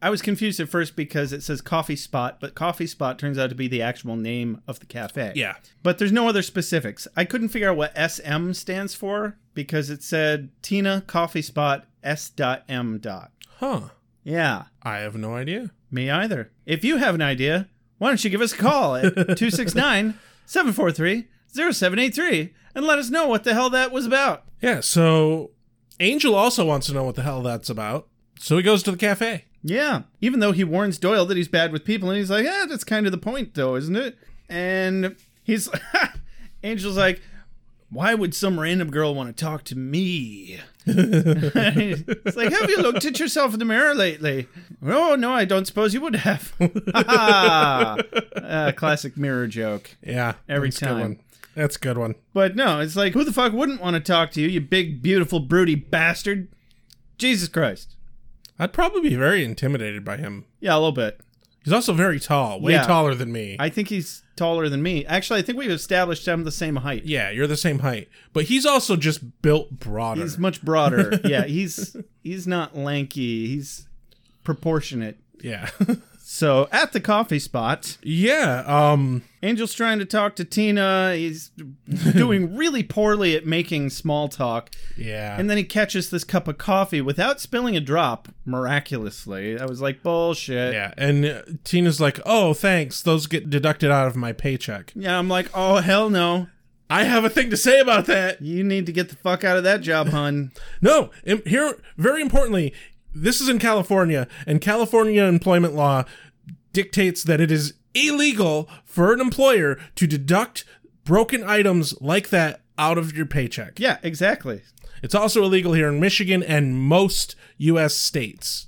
Speaker 1: I was confused at first because it says coffee spot, but coffee spot turns out to be the actual name of the cafe.
Speaker 7: Yeah.
Speaker 1: But there's no other specifics. I couldn't figure out what SM stands for because it said Tina Coffee Spot S dot M dot.
Speaker 7: Huh.
Speaker 1: Yeah,
Speaker 7: I have no idea.
Speaker 1: me either. If you have an idea, why don't you give us a call at 269 743 0783 and let us know what the hell that was about.
Speaker 7: Yeah, so Angel also wants to know what the hell that's about. So he goes to the cafe.
Speaker 1: Yeah. Even though he warns Doyle that he's bad with people, and he's like, yeah, that's kind of the point, though, isn't it? And he's, Angel's like, why would some random girl want to talk to me? it's like, have you looked at yourself in the mirror lately? Oh, no, I don't suppose you would have. Ah, Ah, classic mirror joke.
Speaker 7: Yeah.
Speaker 1: Every
Speaker 7: that's a good
Speaker 1: time.
Speaker 7: one. That's a good one.
Speaker 1: But no, it's like, who the fuck wouldn't want to talk to you, you big, beautiful, broody bastard? Jesus Christ.
Speaker 7: I'd probably be very intimidated by him.
Speaker 1: Yeah, a little bit.
Speaker 7: He's also very tall, way
Speaker 1: Yeah.
Speaker 7: taller than me.
Speaker 1: I think he's taller than me. Actually, I think we've established I'm the same height.
Speaker 7: yeah, you're the same height. But he's also just built broader.
Speaker 1: He's much broader. yeah, he's he's not lanky. He's proportionate.
Speaker 7: yeah.
Speaker 1: So at the coffee spot,
Speaker 7: yeah. Um
Speaker 1: Angel's trying to talk to Tina. He's doing really poorly at making small talk.
Speaker 7: Yeah.
Speaker 1: And then he catches this cup of coffee without spilling a drop, miraculously. I was like, bullshit.
Speaker 7: yeah, and uh, Tina's like, "Oh, thanks. Those get deducted out of my paycheck."
Speaker 1: Yeah, I'm like, oh, hell no.
Speaker 7: I have a thing to say about that.
Speaker 1: You need to get the fuck out of that job, hun.
Speaker 7: No, im- here, very importantly, this is in California, and California employment law dictates that it is illegal for an employer to deduct broken items like that out of your paycheck.
Speaker 1: Yeah, exactly.
Speaker 7: It's also illegal here in Michigan and most U.S. states.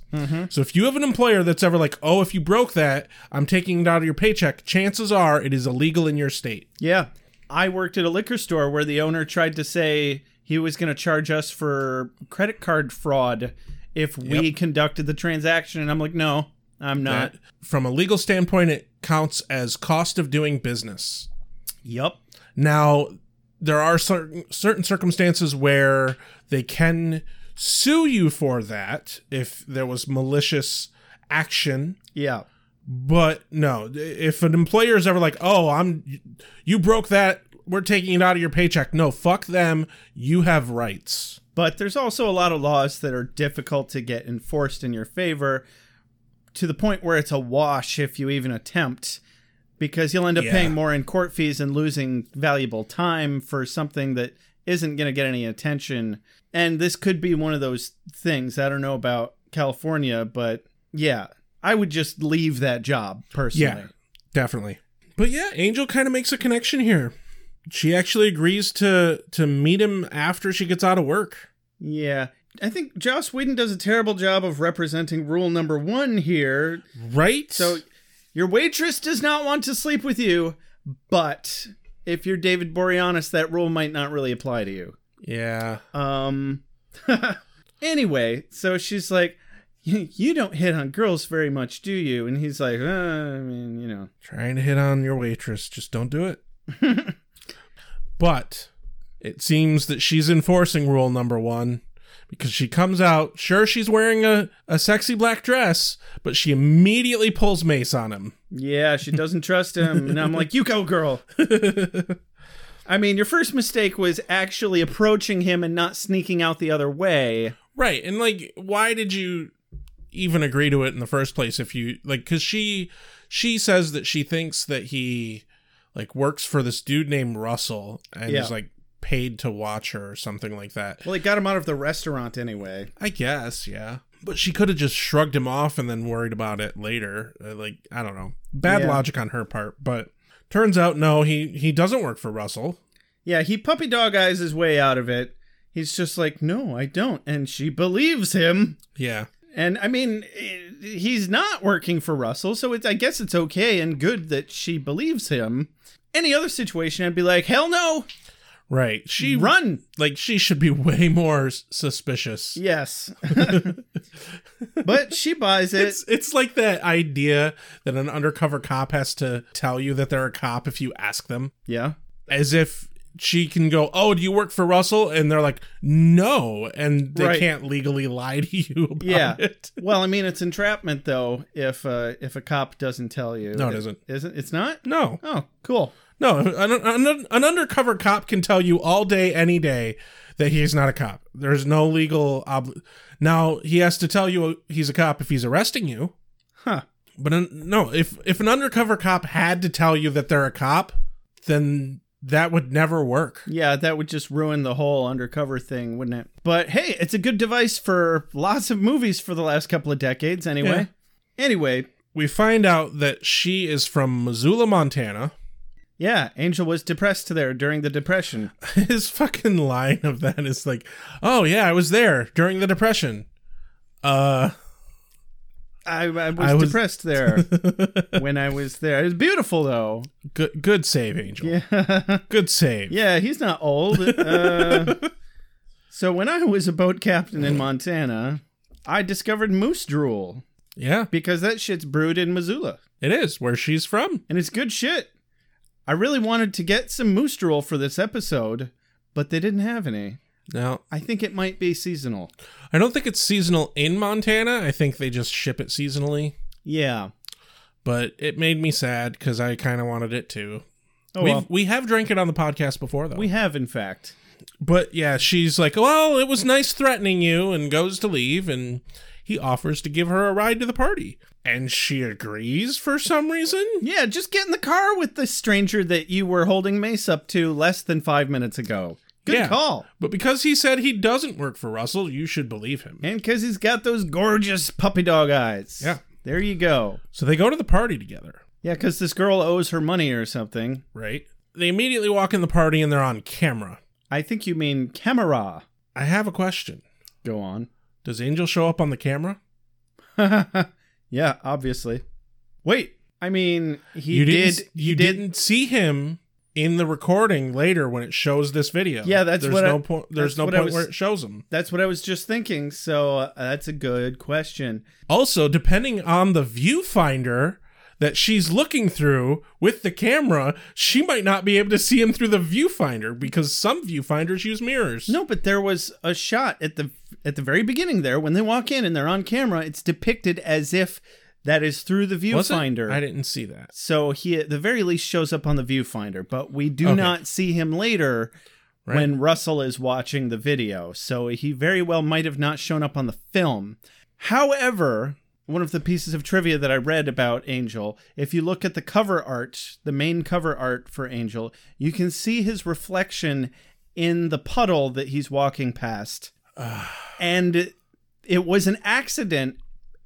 Speaker 7: So if you have an employer that's ever like, oh, if you broke that, I'm taking it out of your paycheck, chances are it is illegal in your state.
Speaker 1: Yeah. I worked at a liquor store where the owner tried to say he was going to charge us for credit card fraud if we conducted the transaction. And I'm like, no, I'm not.
Speaker 7: That, from a legal standpoint, it counts as cost of doing business.
Speaker 1: Yup.
Speaker 7: Now, there are certain certain circumstances where they can sue you for that if there was malicious action.
Speaker 1: Yeah.
Speaker 7: But no, if an employer is ever like, "Oh, I'm you broke that we're taking it out of your paycheck. No, fuck them. You have rights.
Speaker 1: But there's also a lot of laws that are difficult to get enforced in your favor to the point where it's a wash if you even attempt because you'll end up
Speaker 7: Yeah.
Speaker 1: paying more in court fees and losing valuable time for something that isn't going to get any attention. And this could be one of those things. I don't know about California, but yeah, I would just leave that job personally.
Speaker 7: Yeah, definitely. But yeah, Angel kind of makes a connection here. She actually agrees to to meet him after she gets out of work.
Speaker 1: Yeah. I think Joss Whedon does a terrible job of representing rule number one here.
Speaker 7: Right?
Speaker 1: So your waitress does not want to sleep with you, but if you're David Boreanaz, that rule might not really apply to you.
Speaker 7: yeah.
Speaker 1: Um anyway, so she's like, "You you don't hit on girls very much, do you? And he's like, uh, I mean, you know.
Speaker 7: Trying to hit on your waitress, just don't do it. but it seems that she's enforcing rule number 1 because she comes out, sure she's wearing a a sexy black dress, but she immediately pulls mace on him.
Speaker 1: Yeah, she doesn't trust him. And I'm like, you go, girl. I mean, your first mistake was actually approaching him and not sneaking out the other way.
Speaker 7: Right. And like why did you even agree to it in the first place if you like cuz she she says that she thinks that he like works for this dude named Russell and
Speaker 1: Yeah.
Speaker 7: is like paid to watch her or something like that.
Speaker 1: Well, it got him out of the restaurant anyway.
Speaker 7: I guess, yeah. But she could have just shrugged him off and then worried about it later. Uh, Like, I don't know. Bad
Speaker 1: Yeah.
Speaker 7: logic on her part, but turns out no, he he doesn't work for Russell.
Speaker 1: Yeah, he puppy dog eyes his way out of it. He's just like, no, I don't. And she believes him.
Speaker 7: Yeah.
Speaker 1: And I mean, i- he's not working for Russell, so it's, I guess it's okay and good that she believes him. Any other situation, I'd be like, hell no,
Speaker 7: Right. She
Speaker 1: run.
Speaker 7: like she should be way more s- suspicious.
Speaker 1: Yes. but she buys it.
Speaker 7: It's it's like that idea that an undercover cop has to tell you that they're a cop if you ask them,
Speaker 1: yeah.
Speaker 7: as if she can go, "Oh, do you work for Russell?" and they're like, "No," and they
Speaker 1: Right.
Speaker 7: can't legally lie to you about
Speaker 1: Yeah.
Speaker 7: it.
Speaker 1: well, I mean, it's entrapment though. If uh, if a cop doesn't tell you,
Speaker 7: No, it isn't.
Speaker 1: Isn't it's not?
Speaker 7: No,
Speaker 1: Oh, cool.
Speaker 7: no, an, an, an undercover cop can tell you all day, any day, that he's not a cop. There's no legal obli Now he has to tell you he's a cop if he's arresting you.
Speaker 1: Huh.
Speaker 7: But an, no, if if an undercover cop had to tell you that they're a cop, then that would never work.
Speaker 1: Yeah, that would just ruin the whole undercover thing, wouldn't it? But hey, it's a good device for lots of movies for the last couple of decades, anyway. Anyway,
Speaker 7: We find out that she is from Missoula, Montana.
Speaker 1: yeah, Angel was depressed there during the Depression.
Speaker 7: His fucking line of that is like, "Oh yeah, I was there during the depression." Uh,
Speaker 1: I, I, was,
Speaker 7: I was-
Speaker 1: depressed there when I was there. It was beautiful though.
Speaker 7: good good save, Angel.
Speaker 1: Yeah,
Speaker 7: Good save.
Speaker 1: yeah, he's not old. Uh, so when I was a boat captain in Montana, I discovered moose drool
Speaker 7: Yeah,
Speaker 1: because that shit's brewed in Missoula.
Speaker 7: it is where she's from.
Speaker 1: and it's good shit. I really wanted to get some moose drool for this episode, but they didn't have any.
Speaker 7: Now,
Speaker 1: I think it might be seasonal.
Speaker 7: I don't think it's seasonal in Montana. I think they just ship it seasonally,
Speaker 1: Yeah.
Speaker 7: but it made me sad because I kind of wanted it too.
Speaker 1: Oh,
Speaker 7: We've,
Speaker 1: well.
Speaker 7: We have drank it on the podcast before, though.
Speaker 1: we have, in fact.
Speaker 7: but yeah, she's like, well, it was nice threatening you and goes to leave, and he offers to give her a ride to the party. And she agrees for some reason.
Speaker 1: Yeah, just get in the car with the stranger that you were holding Mace up to less than five minutes ago. Good
Speaker 7: Yeah.
Speaker 1: call.
Speaker 7: But because he said he doesn't work for Russell, you should believe him.
Speaker 1: And because he's got those gorgeous puppy dog eyes.
Speaker 7: Yeah.
Speaker 1: There you go.
Speaker 7: So they go to the party together,
Speaker 1: Yeah, because this girl owes her money or something.
Speaker 7: right? They immediately walk in the party and they're on camera.
Speaker 1: I think you mean camera.
Speaker 7: I have a question.
Speaker 1: Go on.
Speaker 7: Does Angel show up on the camera?
Speaker 1: yeah, obviously. Wait, I mean, he
Speaker 7: you
Speaker 1: did.
Speaker 7: didn't, You
Speaker 1: did-
Speaker 7: didn't see him in the recording later when it shows this video.
Speaker 1: Yeah, that's
Speaker 7: there's
Speaker 1: what I-
Speaker 7: no point. There's
Speaker 1: that's
Speaker 7: no
Speaker 1: what I
Speaker 7: point
Speaker 1: was-
Speaker 7: where it shows him.
Speaker 1: That's what I was just thinking. So uh, that's a good question.
Speaker 7: Also, depending on the viewfinder that she's looking through with the camera, she might not be able to see him through the viewfinder because some viewfinders use mirrors.
Speaker 1: No, but there was a shot at the at the very beginning there when they walk in and they're on camera. It's depicted as if that is through the
Speaker 7: Was it?
Speaker 1: viewfinder.
Speaker 7: I didn't see that.
Speaker 1: So he at the very least shows up on the viewfinder, but we do
Speaker 7: Okay.
Speaker 1: not see him later
Speaker 7: Right.
Speaker 1: when Russell is watching the video. So he very well might have not shown up on the film. However, one of the pieces of trivia that I read about Angel, if you look at the cover art, the main cover art for Angel, you can see his reflection in the puddle that he's walking past. and it was an accident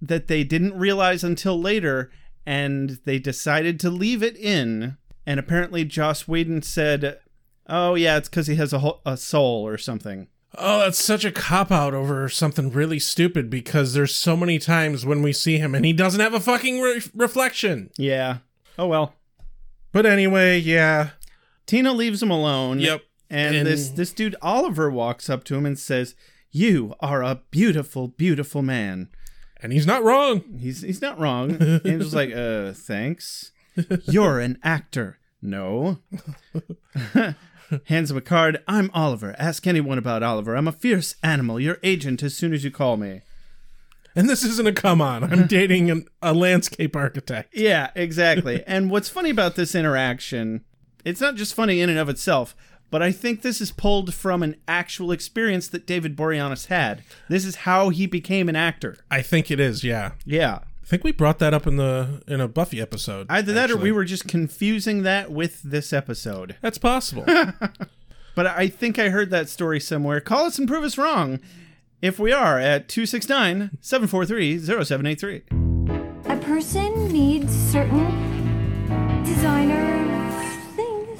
Speaker 1: that they didn't realize until later, and they decided to leave it in. And apparently, Joss Whedon said, "Oh yeah, it's because he has a, ho- a soul or something."
Speaker 7: Oh, that's such a cop out over something really stupid because there's so many times when we see him and he doesn't have a fucking re- reflection.
Speaker 1: Yeah. Oh well.
Speaker 7: But anyway, yeah.
Speaker 1: Tina leaves him alone.
Speaker 7: Yep.
Speaker 1: And,
Speaker 7: And-
Speaker 1: this this dude Oliver walks up to him and says, "You are a beautiful, beautiful man."
Speaker 7: And he's not wrong.
Speaker 1: He's he's not wrong. Angel's like, "Uh, thanks. You're an actor." No. Hands him a card. I'm Oliver. Ask anyone about Oliver. I'm a fierce animal. Your agent as soon as you call me.
Speaker 7: And this isn't a come on. I'm dating an, a landscape architect.
Speaker 1: Yeah, exactly. and what's funny about this interaction, it's not just funny in and of itself, but I think this is pulled from an actual experience that David Boreanaz had. This is how he became an actor.
Speaker 7: I think it is, yeah.
Speaker 1: Yeah.
Speaker 7: I think we brought that up in the in a Buffy episode.
Speaker 1: Either that or
Speaker 7: actually.
Speaker 1: we were just confusing that with this episode.
Speaker 7: That's possible.
Speaker 1: But I think I heard that story somewhere. Call us and prove us wrong if we are at 269 743 0783.
Speaker 2: A person needs certain designer things.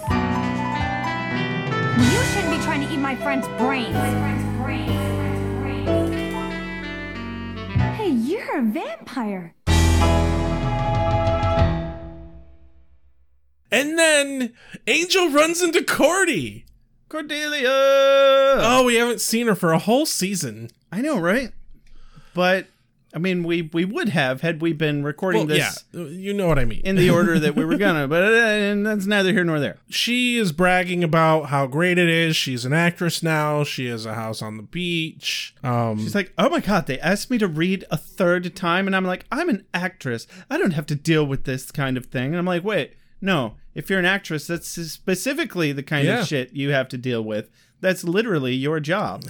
Speaker 2: You shouldn't be trying to eat my friend's brains. Hey, you're a vampire.
Speaker 7: and then Angel runs into Cordy.
Speaker 1: Cordelia!
Speaker 7: Oh, we haven't seen her for a whole season.
Speaker 1: I know, right? But I mean, we we would have had we been recording
Speaker 7: Well,
Speaker 1: this
Speaker 7: yeah, you know what I mean.
Speaker 1: in the order that we were gonna. But uh, and that's neither here nor there.
Speaker 7: she is bragging about how great it is. She's an actress now. She has a house on the beach. Um,
Speaker 1: She's like, "Oh my god, they asked me to read a third time," and I'm like, "I'm an actress. I don't have to deal with this kind of thing." And I'm like, "Wait, no. If you're an actress, that's specifically the kind
Speaker 7: Yeah.
Speaker 1: of shit you have to deal with." That's literally your job.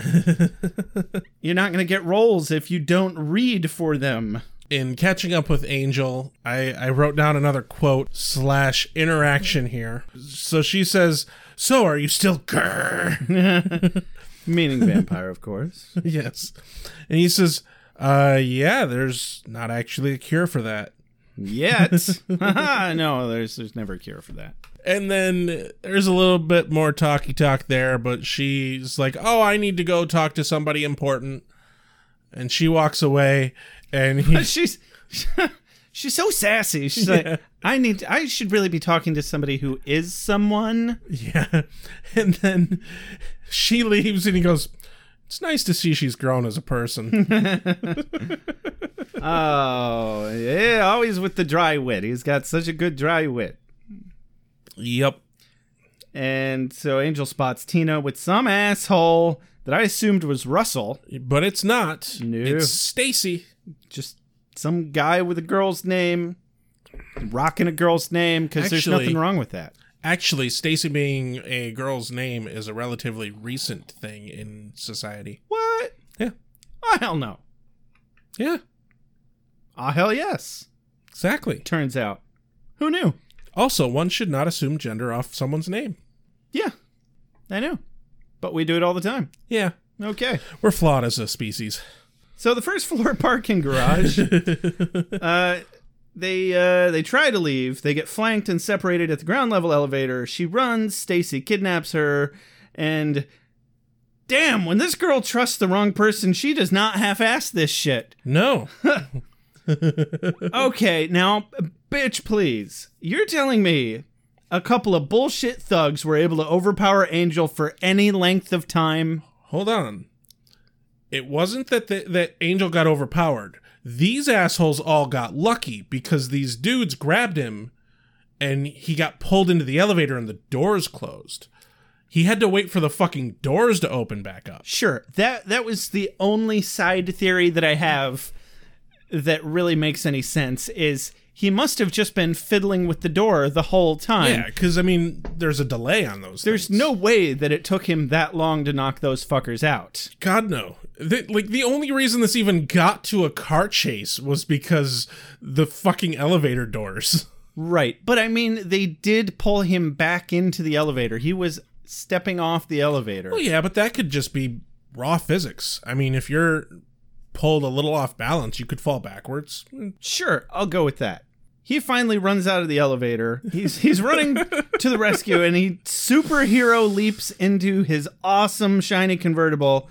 Speaker 1: You're not going to get roles if you don't read for them.
Speaker 7: in catching up with Angel, I, I wrote down another quote slash interaction here. So she says, "So are you still grr?"
Speaker 1: Meaning vampire, of course.
Speaker 7: yes, and he says, "Uh, yeah. There's not actually a cure for that."
Speaker 1: yet. no, there's there's never a cure for that.
Speaker 7: And then there's a little bit more talky talk there, but she's like, "Oh, I need to go talk to somebody important," and she walks away. And he,
Speaker 1: She's she's so sassy. She's like, I need I should really be talking to somebody who is someone.
Speaker 7: Yeah. And then she leaves and he goes, It's nice to see she's grown as a person.
Speaker 1: Oh yeah, always with the dry wit. He's got such a good dry wit.
Speaker 7: yep.
Speaker 1: And so Angel spots Tina with some asshole that I assumed was Russell.
Speaker 7: But it's not.
Speaker 1: No.
Speaker 7: It's Stacy.
Speaker 1: Just some guy with a girl's name, rocking a girl's name because there's
Speaker 7: Actually-
Speaker 1: nothing wrong with that.
Speaker 7: Actually, Stacy being a girl's name is a relatively recent thing in society.
Speaker 1: What?
Speaker 7: Yeah.
Speaker 1: Oh hell no.
Speaker 7: Yeah.
Speaker 1: Oh hell yes.
Speaker 7: Exactly.
Speaker 1: turns out. Who knew?
Speaker 7: Also, one should not assume gender off someone's name.
Speaker 1: Yeah, I know. But we do it all the time.
Speaker 7: Yeah.
Speaker 1: Okay.
Speaker 7: We're flawed as a species.
Speaker 1: So the first floor parking garage, uh, they uh, they try to leave. They get flanked and separated at the ground level elevator. She runs. Stacy kidnaps her, and damn, when this girl trusts the wrong person, she does not half-ass this shit.
Speaker 7: No.
Speaker 1: Okay, now, bitch, please. You're telling me a couple of bullshit thugs were able to overpower Angel for any length of time?
Speaker 7: Hold on. It wasn't that the, that Angel got overpowered. These assholes all got lucky because these dudes grabbed him and he got pulled into the elevator and the doors closed. He had to wait for the fucking doors to open back up.
Speaker 1: Sure, that that was the only side theory that I have that really makes any sense is he must have just been fiddling with the door the whole time.
Speaker 7: Yeah, because I mean, there's a delay on those.
Speaker 1: There's
Speaker 7: things.
Speaker 1: no way that it took him that long to knock those fuckers out.
Speaker 7: God no. Th like the only reason this even got to a car chase was because the fucking elevator doors.
Speaker 1: Right. But I mean, they did pull him back into the elevator. He was stepping off the elevator.
Speaker 7: Well, yeah, but that could just be raw physics. I mean, if you're pulled a little off balance, you could fall backwards.
Speaker 1: Sure, I'll go with that. He finally runs out of the elevator. He's he's running to the rescue and he superhero leaps into his awesome shiny convertible.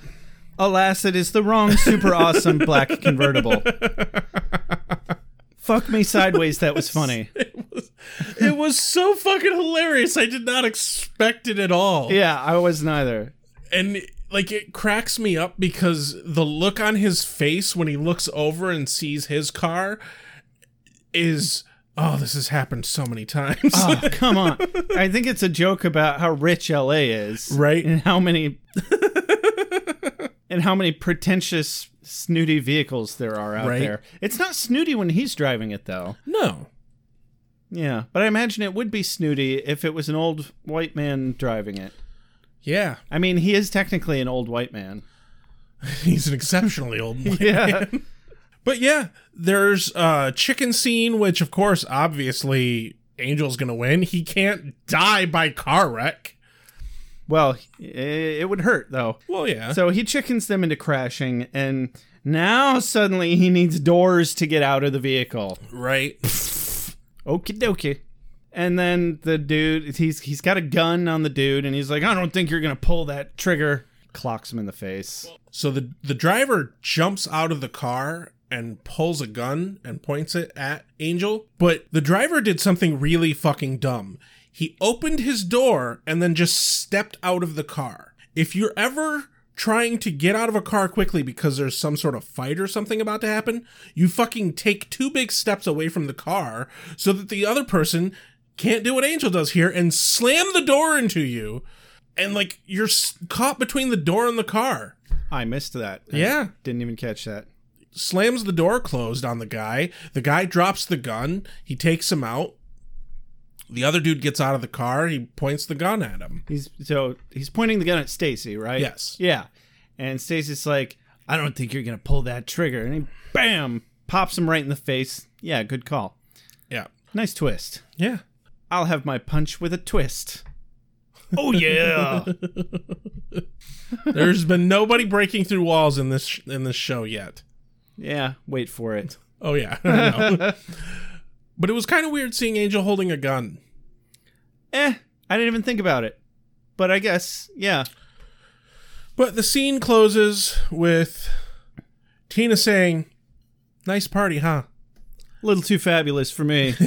Speaker 1: Alas, it is the wrong super awesome black convertible. Fuck me sideways, that was funny.
Speaker 7: It was so fucking hilarious. I did not expect it at all.
Speaker 1: Yeah, I was neither.
Speaker 7: and like it cracks me up because the look on his face when he looks over and sees his car is oh this has happened so many times
Speaker 1: Oh, come on. I think it's a joke about how rich LA is.
Speaker 7: Right.
Speaker 1: And how many and how many pretentious snooty vehicles there are out
Speaker 7: Right.
Speaker 1: there. It's not snooty when he's driving it though.
Speaker 7: no
Speaker 1: Yeah, but I imagine it would be snooty if it was an old white man driving it.
Speaker 7: yeah
Speaker 1: I mean, he is technically an old white man.
Speaker 7: he's an exceptionally old man.
Speaker 1: Yeah.
Speaker 7: but yeah there's a chicken scene which of course obviously angel's gonna win he can't die by car wreck
Speaker 1: well, i- it would hurt though.
Speaker 7: well yeah
Speaker 1: So he chickens them into crashing and now suddenly he needs doors to get out of the vehicle.
Speaker 7: right
Speaker 1: Okie dokie. And then the dude, he's he's got a gun on the dude, and he's like, "I don't think you're gonna pull that trigger." Clocks him in the face.
Speaker 7: So the the driver jumps out of the car and pulls a gun and points it at Angel, but the driver did something really fucking dumb. He opened his door and then just stepped out of the car. If you're ever trying to get out of a car quickly because there's some sort of fight or something about to happen, you fucking take two big steps away from the car so that the other person can't do what Angel does here and slam the door into you. And like you're s- caught between the door and the car
Speaker 1: I missed that. I
Speaker 7: Yeah.
Speaker 1: didn't even catch that.
Speaker 7: slams the door closed on the guy. The guy drops the gun. He takes him out. The other dude gets out of the car. He points the gun at him.
Speaker 1: He's so he's pointing the gun at Stacy, right?
Speaker 7: Yes.
Speaker 1: Yeah. And Stacy's like, "I don't think you're gonna pull that trigger," and he bam pops him right in the face. Yeah, good call.
Speaker 7: Yeah.
Speaker 1: Nice twist.
Speaker 7: Yeah.
Speaker 1: I'll have my punch with a twist. Oh yeah.
Speaker 7: There's been nobody breaking through walls in this in this show yet.
Speaker 1: yeah. Wait for it.
Speaker 7: Oh yeah. I know. but it was kind of weird seeing Angel holding a gun.
Speaker 1: eh, I didn't even think about it. But I guess, yeah.
Speaker 7: But the scene closes with Tina saying, "Nice party, huh?"
Speaker 1: A little too fabulous for me.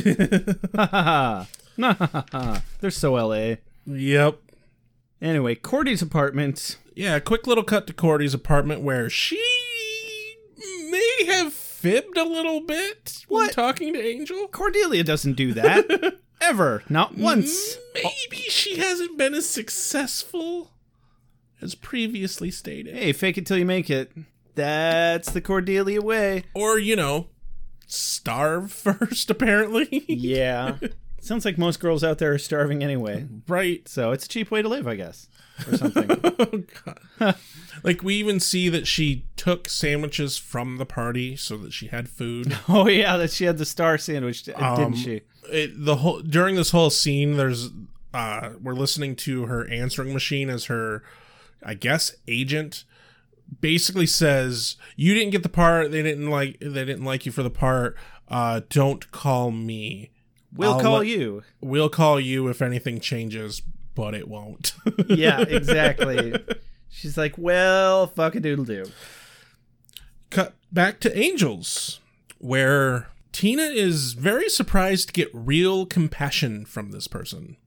Speaker 1: Ha, ha, ha. Ha. They're so LA.
Speaker 7: Yep.
Speaker 1: Anyway, Cordy's apartment.
Speaker 7: Yeah, a quick little cut to Cordy's apartment where she may have fibbed a little bit when
Speaker 1: What?
Speaker 7: talking to Angel.
Speaker 1: Cordelia doesn't do that. ever. Not
Speaker 7: Mm-hmm.
Speaker 1: once.
Speaker 7: Maybe she hasn't been as successful as previously stated.
Speaker 1: Hey, fake it till you make it. That's the Cordelia way.
Speaker 7: Or, you know, starve first, apparently.
Speaker 1: Yeah. Sounds like most girls out there are starving anyway.
Speaker 7: Mm-hmm. right.
Speaker 1: So it's a cheap way to live, I guess. Or something.
Speaker 7: Oh, God. like, we even see that she took sandwiches from the party so that she had food.
Speaker 1: oh, yeah, that she had the star sandwich, d-
Speaker 7: Um,
Speaker 1: didn't she?
Speaker 7: it, the whole during this whole scene there's uh we're listening to her answering machine as her i guess agent basically says you didn't get the part they didn't like they didn't like you for the part uh don't call me
Speaker 1: We'll
Speaker 7: I'll
Speaker 1: call
Speaker 7: let-
Speaker 1: you.
Speaker 7: we'll call you if anything changes but it won't
Speaker 1: yeah, exactly. She's like, well, fuck a doodle do.
Speaker 7: cut back to angels where tina is very surprised to get real compassion from this person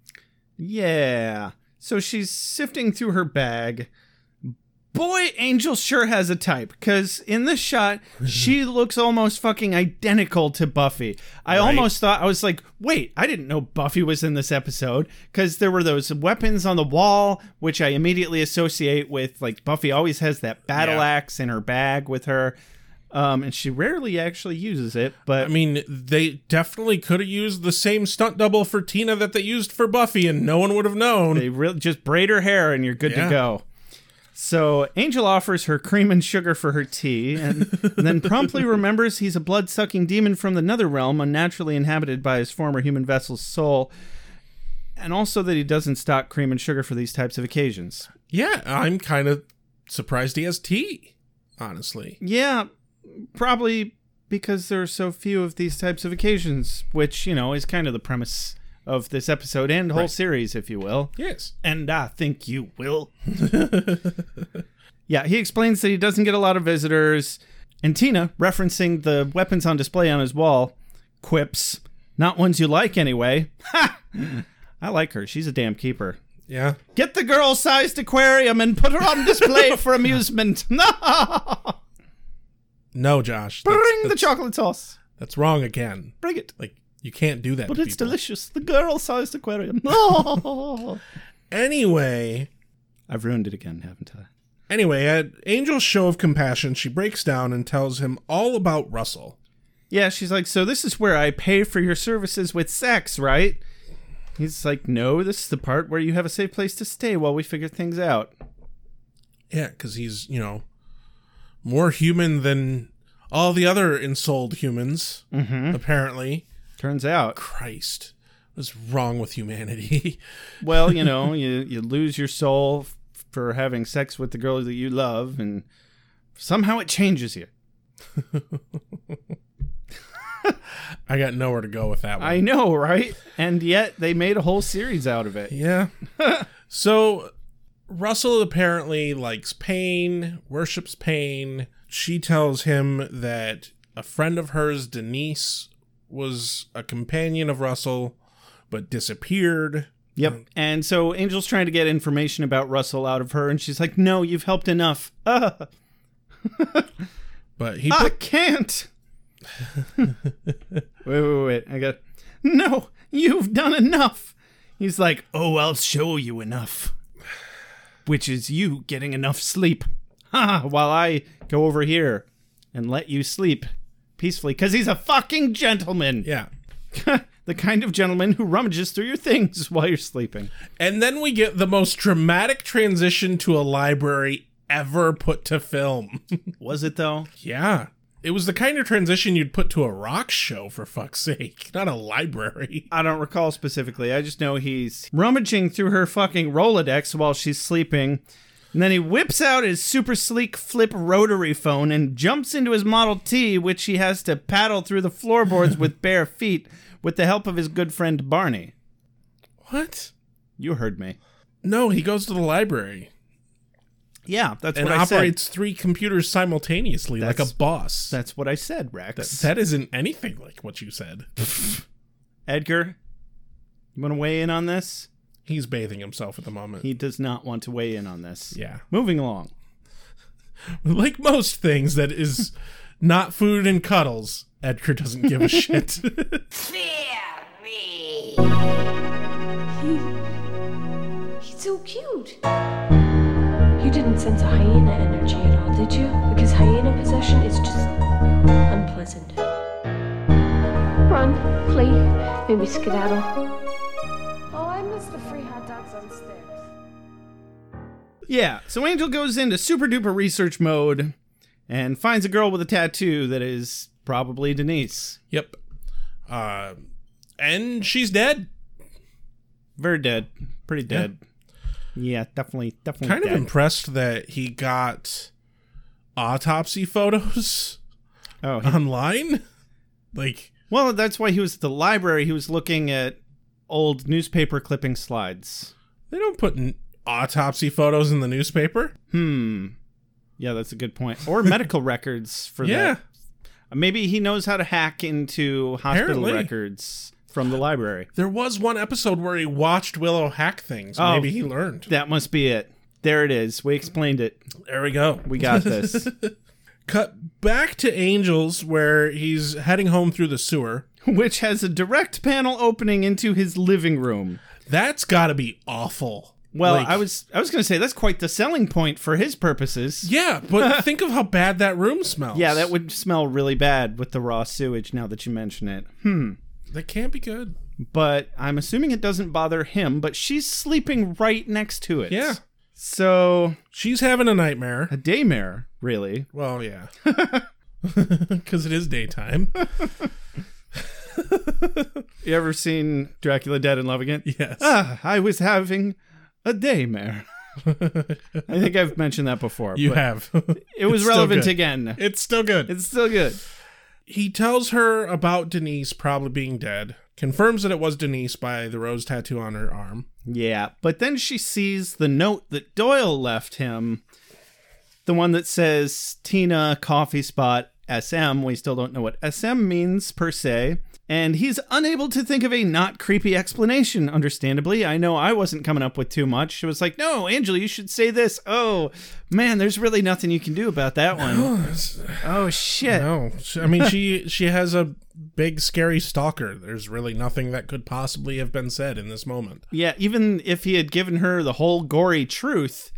Speaker 1: Yeah. So she's sifting through her bag. Boy, Angel sure has a type, because in this shot, she looks almost fucking identical to Buffy. I almost thought, I was like, wait, I didn't know Buffy was in this episode, because there were those weapons on the wall, which I immediately associate with, like, Buffy always has that battle
Speaker 7: Yeah.
Speaker 1: axe in her bag with her. Um, and she rarely actually uses it, but
Speaker 7: I mean, they definitely could have used the same stunt double for Tina that they used for Buffy, and no one would have known.
Speaker 1: They really just braid her hair and you're good
Speaker 7: Yeah.
Speaker 1: to go. So Angel offers her cream and sugar for her tea, and then promptly remembers he's a blood-sucking demon from the nether realm, unnaturally inhabited by his former human vessel's soul, and also that he doesn't stock cream and sugar for these types of occasions.
Speaker 7: yeah, I'm kind of surprised he has tea, honestly.
Speaker 1: Yeah, probably because there are so few of these types of occasions, which you know is kind of the premise of this episode and whole series, if you will.
Speaker 7: Yes.
Speaker 1: and I think you will. yeah, he explains that he doesn't get a lot of visitors. And Tina, referencing the weapons on display on his wall, quips, Not ones you like anyway. Ha! I like her. She's a damn keeper.
Speaker 7: Yeah.
Speaker 1: Get the girl sized aquarium and put her on display for amusement. No!
Speaker 7: No, Josh. That's,
Speaker 1: Bring the
Speaker 7: that's-
Speaker 1: chocolate sauce.
Speaker 7: That's wrong again.
Speaker 1: Bring it.
Speaker 7: Like, you can't do that.
Speaker 1: But
Speaker 7: to
Speaker 1: it's
Speaker 7: people.
Speaker 1: delicious. The girl sized aquarium. No!
Speaker 7: Anyway,
Speaker 1: I've ruined it again, haven't I?
Speaker 7: Anyway, at Angel's show of compassion, she breaks down and tells him all about Russell.
Speaker 1: Yeah, she's like, so this is where I pay for your services with sex, right? He's like, no, this is the part where you have a safe place to stay while we figure things out.
Speaker 7: Yeah, because he's, you know, more human than all the other ensouled humans,
Speaker 1: Mm-hmm.
Speaker 7: apparently.
Speaker 1: Turns out,
Speaker 7: Christ, what's wrong with humanity?
Speaker 1: well, you know, you, you lose your soul f- for having sex with the girl that you love, and somehow it changes you.
Speaker 7: I got nowhere to go with that one.
Speaker 1: I know, right? And yet they made a whole series out of it.
Speaker 7: yeah. so Russell apparently likes pain, worships pain. She tells him that a friend of hers, Denise, was a companion of Russell, but disappeared.
Speaker 1: Yep. And so Angel's trying to get information about Russell out of her, and she's like, no, you've helped enough. Uh,
Speaker 7: But he
Speaker 1: I
Speaker 7: put,
Speaker 1: can't. wait, wait, wait. I got. No, you've done enough. He's like, oh, I'll show you enough. Which is you getting enough sleep. Ha! While I go over here and let you sleep peacefully, because he's a fucking gentleman.
Speaker 7: yeah.
Speaker 1: the kind of gentleman who rummages through your things while you're sleeping.
Speaker 7: And then we get the most dramatic transition to a library ever put to film.
Speaker 1: Was it though?
Speaker 7: yeah. It was the kind of transition you'd put to a rock show, for fuck's sake, not a library.
Speaker 1: I don't recall specifically. I just know he's rummaging through her fucking Rolodex while she's sleeping. And then he whips out his super sleek flip rotary phone and jumps into his Model T, which he has to paddle through the floorboards with bare feet with the help of his good friend Barney.
Speaker 7: What?
Speaker 1: You heard me.
Speaker 7: No, he goes to the library
Speaker 1: Yeah, that's
Speaker 7: and
Speaker 1: what I
Speaker 7: operates three computers simultaneously like
Speaker 1: That's-
Speaker 7: a boss.
Speaker 1: said. That's what I said,
Speaker 7: That-
Speaker 1: Rex.
Speaker 7: that isn't anything like what you said.
Speaker 1: Edgar, you want to weigh in on this?
Speaker 7: He's bathing himself at the moment.
Speaker 1: He does not want to weigh in on this.
Speaker 7: yeah.
Speaker 1: Moving along.
Speaker 7: Like most things that is not food and cuddles, Edgar doesn't give a shit.
Speaker 8: He's so cute. You didn't sense a hyena energy at all, did you? Because hyena possession is just unpleasant. Run, flee, maybe skedaddle. Oh, I miss the free hot dogs on sticks.
Speaker 1: Yeah. So Angel goes into super duper research mode and finds a girl with a tattoo that is probably Denise.
Speaker 7: yep. Uh, and she's dead.
Speaker 1: Very dead. Pretty dead. Yeah, definitely, definitely.
Speaker 7: Kind of
Speaker 1: dead.
Speaker 7: impressed that he got autopsy photos
Speaker 1: Oh, he-
Speaker 7: online. Like,
Speaker 1: well, that's why he was at the library. He was looking at old newspaper clipping slides.
Speaker 7: they don't put n- autopsy photos in the newspaper.
Speaker 1: Hmm. Yeah, that's a good point. Or medical records for
Speaker 7: Yeah.
Speaker 1: that. Uh, Maybe he knows how to hack into hospital
Speaker 7: Apparently.
Speaker 1: records from the library.
Speaker 7: There was one episode where he watched Willow hack things.
Speaker 1: Oh.
Speaker 7: Maybe he learned.
Speaker 1: That must be it. There it is. We explained it.
Speaker 7: There we go.
Speaker 1: We got this.
Speaker 7: Cut back to Angels, where he's heading home through the sewer.
Speaker 1: which has a direct panel opening into his living room.
Speaker 7: That's got to be awful.
Speaker 1: Well,
Speaker 7: Like-
Speaker 1: I was I was going to say that's quite the selling point for his purposes.
Speaker 7: Yeah, but think of how bad that room smells.
Speaker 1: Yeah, that would smell really bad with the raw sewage now that you mention it. Hmm.
Speaker 7: That can't be good.
Speaker 1: But I'm assuming it doesn't bother him, but she's sleeping right next to it.
Speaker 7: Yeah.
Speaker 1: So,
Speaker 7: She's having a nightmare.
Speaker 1: a daymare, really.
Speaker 7: Well, yeah. Because it is daytime.
Speaker 1: You ever seen Dracula Dead and Love Again?
Speaker 7: Yes.
Speaker 1: Ah, I was having a daymare. I think I've mentioned that before.
Speaker 7: you
Speaker 1: but
Speaker 7: have.
Speaker 1: It was relevant again.
Speaker 7: It's still good.
Speaker 1: It's still good.
Speaker 7: he tells her about Denise probably being dead, confirms that it was Denise by the rose tattoo on her arm.
Speaker 1: Yeah, but then she sees the note that Doyle left him. The one that says Tina Coffee Spot SM. We still don't know what SM means per se. And he's unable to think of a not creepy explanation, understandably. I know I wasn't coming up with too much. It was like, no, Angela, you should say this. Oh, man, there's really nothing you can do about that one. Oh, shit.
Speaker 7: No, She- I mean she she has a big scary stalker. There's really nothing that could possibly have been said in this moment.
Speaker 1: Yeah, even if he had given her the whole gory truth,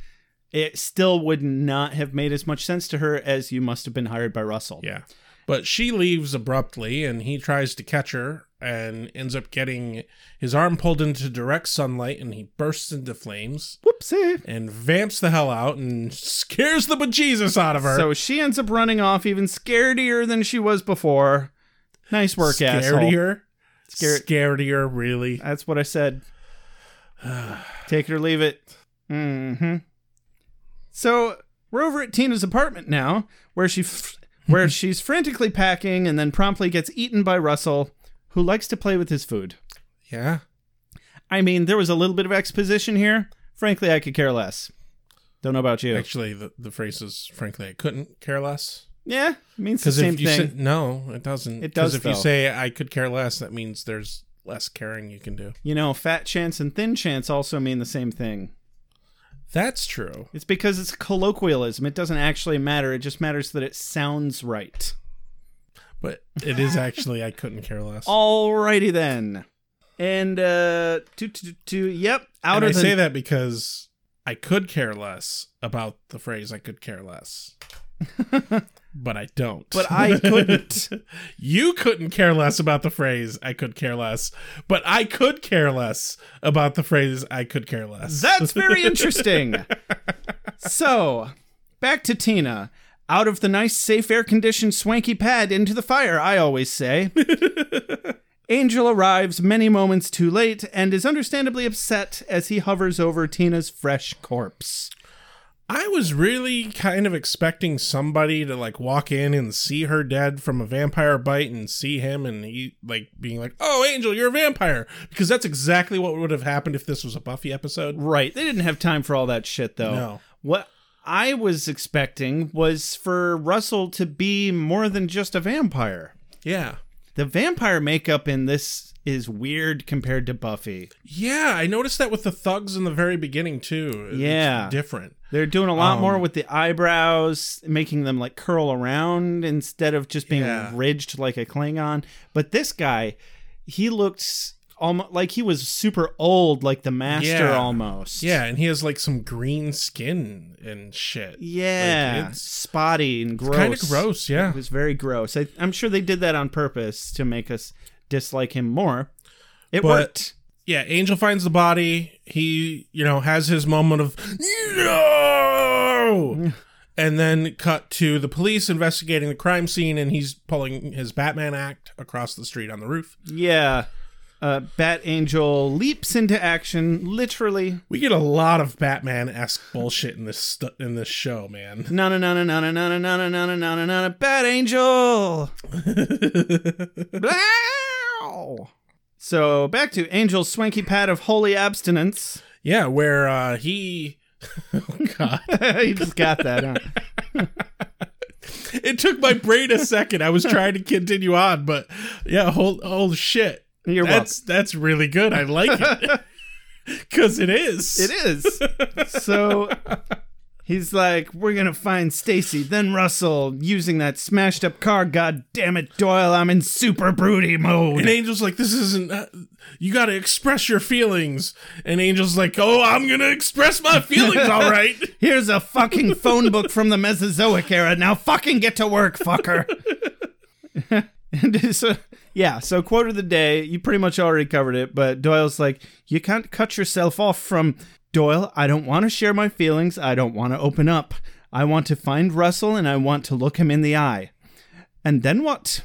Speaker 1: it still would not have made as much sense to her as you must have been hired by Russell.
Speaker 7: Yeah. But she leaves abruptly and he tries to catch her and ends up getting his arm pulled into direct sunlight and he bursts into flames
Speaker 1: Whoopsie.
Speaker 7: and vamps the hell out and scares the bejesus out of her.
Speaker 1: So she ends up running off even scaredier than she was before. Nice work, asshole.
Speaker 7: Scaredier?
Speaker 1: Scare-
Speaker 7: Scaredier, really?
Speaker 1: That's what I said. Take it or leave it. hmm So we're over at Tina's apartment now, where she f- where she's frantically packing and then promptly gets eaten by Russell, who likes to play with his food.
Speaker 7: Yeah.
Speaker 1: I mean, there was a little bit of exposition here. Frankly, I could care less. Don't know about you.
Speaker 7: Actually, the, the phrase is, frankly, I couldn't care less.
Speaker 1: yeah, it means the
Speaker 7: Because
Speaker 1: same
Speaker 7: if
Speaker 1: thing.
Speaker 7: you say, no, it doesn't.
Speaker 1: It
Speaker 7: 'Cause
Speaker 1: does,
Speaker 7: if you
Speaker 1: though.
Speaker 7: say I could care less, that means there's less caring you can do.
Speaker 1: you know, fat chance and thin chance also mean the same thing.
Speaker 7: That's true.
Speaker 1: It's because it's colloquialism. It doesn't actually matter. It just matters that it sounds right.
Speaker 7: But it is actually I couldn't care less.
Speaker 1: Alrighty then. And uh, two, two, two, yep.
Speaker 7: and
Speaker 1: Outer
Speaker 7: I
Speaker 1: than,
Speaker 7: say that because I could care less about the phrase I could care less. but I don't.
Speaker 1: But I couldn't.
Speaker 7: you couldn't care less about the phrase I could care less, but I could care less about the phrase I could care less.
Speaker 1: That's very interesting. so, back to Tina. Out of the nice, safe, air conditioned, swanky pad into the fire, I always say. Angel arrives many moments too late and is understandably upset as he hovers over Tina's fresh corpse.
Speaker 7: I was really kind of expecting somebody to like walk in and see her dead from a vampire bite and see him and he like being like, "Oh, Angel, you're a vampire," because that's exactly what would have happened if this was a Buffy episode.
Speaker 1: Right. They didn't have time for all that shit, though.
Speaker 7: No.
Speaker 1: What I was expecting was for Russell to be more than just a vampire.
Speaker 7: Yeah,
Speaker 1: The vampire makeup in this is weird compared to Buffy.
Speaker 7: yeah, I noticed that with the thugs in the very beginning too. It's
Speaker 1: Yeah.
Speaker 7: different.
Speaker 1: They're doing a lot
Speaker 7: Um,
Speaker 1: more with the eyebrows, making them like curl around instead of just being
Speaker 7: Yeah.
Speaker 1: ridged like a Klingon. But this guy, he looked almost like he was super old, like the master
Speaker 7: Yeah.
Speaker 1: almost.
Speaker 7: Yeah, and he has like some green skin and shit.
Speaker 1: Yeah.
Speaker 7: Like, it's
Speaker 1: Spotty and gross.
Speaker 7: kind of gross. Yeah,
Speaker 1: It was very gross. I, I'm sure they did that on purpose to make us dislike him more. It
Speaker 7: But-
Speaker 1: worked.
Speaker 7: yeah, Angel finds the body. He, you know, has his moment of no, and then cut to the police investigating the crime scene, and he's pulling his Batman act across the street on the roof.
Speaker 1: Yeah. Uh, Bat Angel leaps into action, literally.
Speaker 7: We get a lot of Batman esque bullshit in this stu- in this show, man.
Speaker 1: No, no, no, no, no, no, no, no, no, no, no, no, no, no, no, Bat Angel. Blow. So back to Angel's swanky pad of holy abstinence.
Speaker 7: yeah, where uh, he, oh god,
Speaker 1: you just got that, huh?
Speaker 7: it took my brain a second. I was trying to continue on, but yeah, whole oh shit.
Speaker 1: You're
Speaker 7: that's that's really good. I like it because it is.
Speaker 1: It is. So He's like, we're gonna find Stacy, then Russell, using that smashed up car. God damn it, Doyle! I'm in super broody
Speaker 7: And
Speaker 1: mode.
Speaker 7: Angel's like, this isn't. Uh, you got to express your feelings. And Angel's like, oh, I'm gonna express my feelings, all right.
Speaker 1: Here's a fucking phone book from the Mesozoic era. Now fucking get to work, fucker. and so, yeah, so quote of the day, you pretty much already covered it, but Doyle's like, you can't cut yourself off from Doyle. I don't want to share my feelings. I don't want to open up. I want to find Russell and I want to look him in the eye. And then what?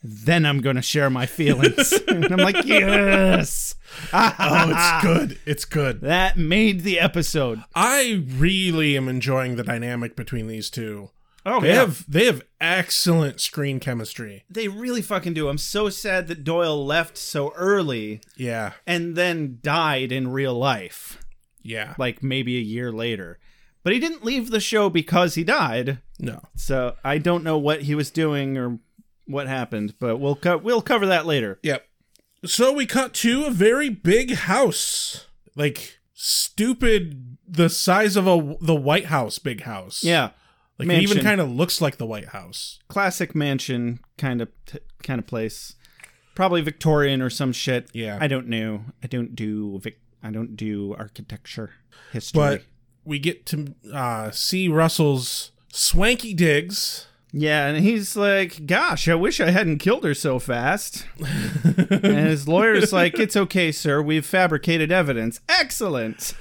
Speaker 1: Then I'm going to share my feelings. and I'm like, yes.
Speaker 7: oh, it's good. It's good.
Speaker 1: That made the episode.
Speaker 7: I really am enjoying the dynamic between these two.
Speaker 1: Oh,
Speaker 7: They have they have excellent screen chemistry.
Speaker 1: They really fucking do. I'm so sad that Doyle left so early
Speaker 7: Yeah,
Speaker 1: and then died in real life,
Speaker 7: yeah.
Speaker 1: like maybe a year later. But he didn't leave the show because he died.
Speaker 7: no,
Speaker 1: So I don't know what he was doing or what happened, but we'll co- we'll cover that later.
Speaker 7: Yep. So we cut to a very big house, like stupid, the size of a the White House big house.
Speaker 1: Yeah.
Speaker 7: like it
Speaker 1: mansion.
Speaker 7: even kind of looks like the White House.
Speaker 1: Classic mansion kind of t- kind of place. Probably Victorian or some shit.
Speaker 7: Yeah.
Speaker 1: I don't know. I don't do Vic- I don't do architecture history.
Speaker 7: But we get to uh, see Russell's swanky digs.
Speaker 1: Yeah, and he's like, "Gosh, I wish I hadn't killed her so fast." and his lawyer's like, "It's okay, sir. We've fabricated evidence. Excellent.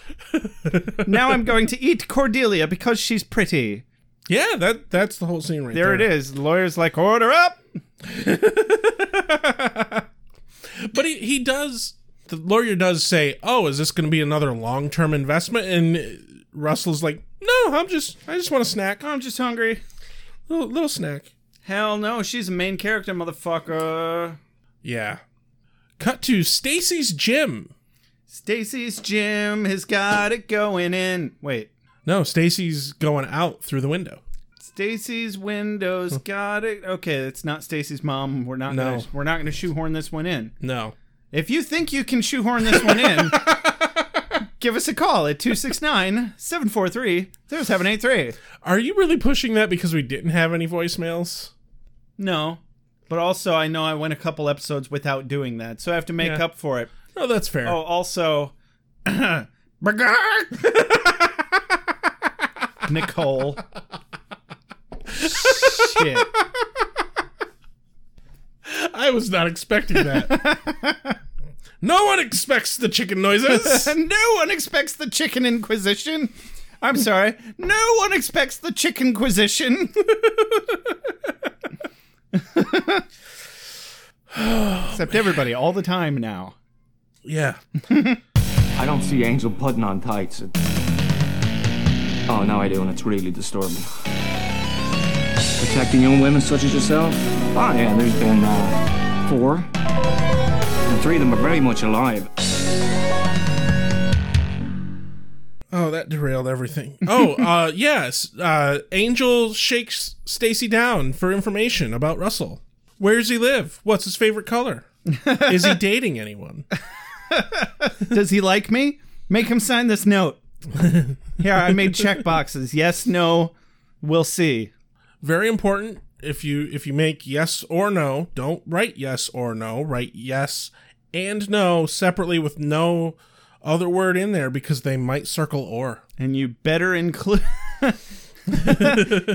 Speaker 1: now I'm going to eat Cordelia because she's pretty."
Speaker 7: Yeah, that that's the whole scene right
Speaker 1: There
Speaker 7: there.
Speaker 1: it is. The lawyer's like, "Order up."
Speaker 7: But he, he does. The lawyer does say, "Oh, is this going to be another long-term investment?" And Russell's like, "No, I'm just. I just want a snack.
Speaker 1: I'm just hungry.
Speaker 7: little, little snack."
Speaker 1: Hell no, she's a main character, motherfucker.
Speaker 7: Yeah. Cut to Stacy's gym.
Speaker 1: Stacy's gym has got it going in. Wait.
Speaker 7: No, Stacy's going out through the window.
Speaker 1: Stacy's windows got it. Okay, it's not Stacy's mom. We're not
Speaker 7: No.
Speaker 1: gonna, we're not going to shoehorn this one in.
Speaker 7: No.
Speaker 1: If you think you can shoehorn this one in, give us a call at 269 743 0783.
Speaker 7: Are you really pushing that because we didn't have any voicemails?
Speaker 1: No. But also, I know I went a couple episodes without doing that, so I have to make
Speaker 7: Yeah.
Speaker 1: up for it.
Speaker 7: No, that's fair.
Speaker 1: Oh, also, Nicole. Shit.
Speaker 7: I was not expecting that. no one expects the chicken noises.
Speaker 1: And no one expects the chicken inquisition. I'm sorry. No one expects the chicken inquisition. Except everybody all the time now.
Speaker 7: yeah.
Speaker 4: I don't see Angel putting on tights. It- Oh, now I do, and it's really disturbing. Protecting young women such as yourself? Oh, yeah, there's been uh, four. And three of them are very much alive.
Speaker 7: Oh, that derailed everything. Oh, uh yes. Uh Angel shakes Stacy down for information about Russell. Where does he live? What's his favorite color? Is he dating anyone?
Speaker 1: Does he like me? Make him sign this note. Here, I made check boxes. Yes, no, we'll see.
Speaker 7: very important if you if you make yes or no don't write yes or no write yes and no separately with no other word in there because they might circle or
Speaker 1: And you better include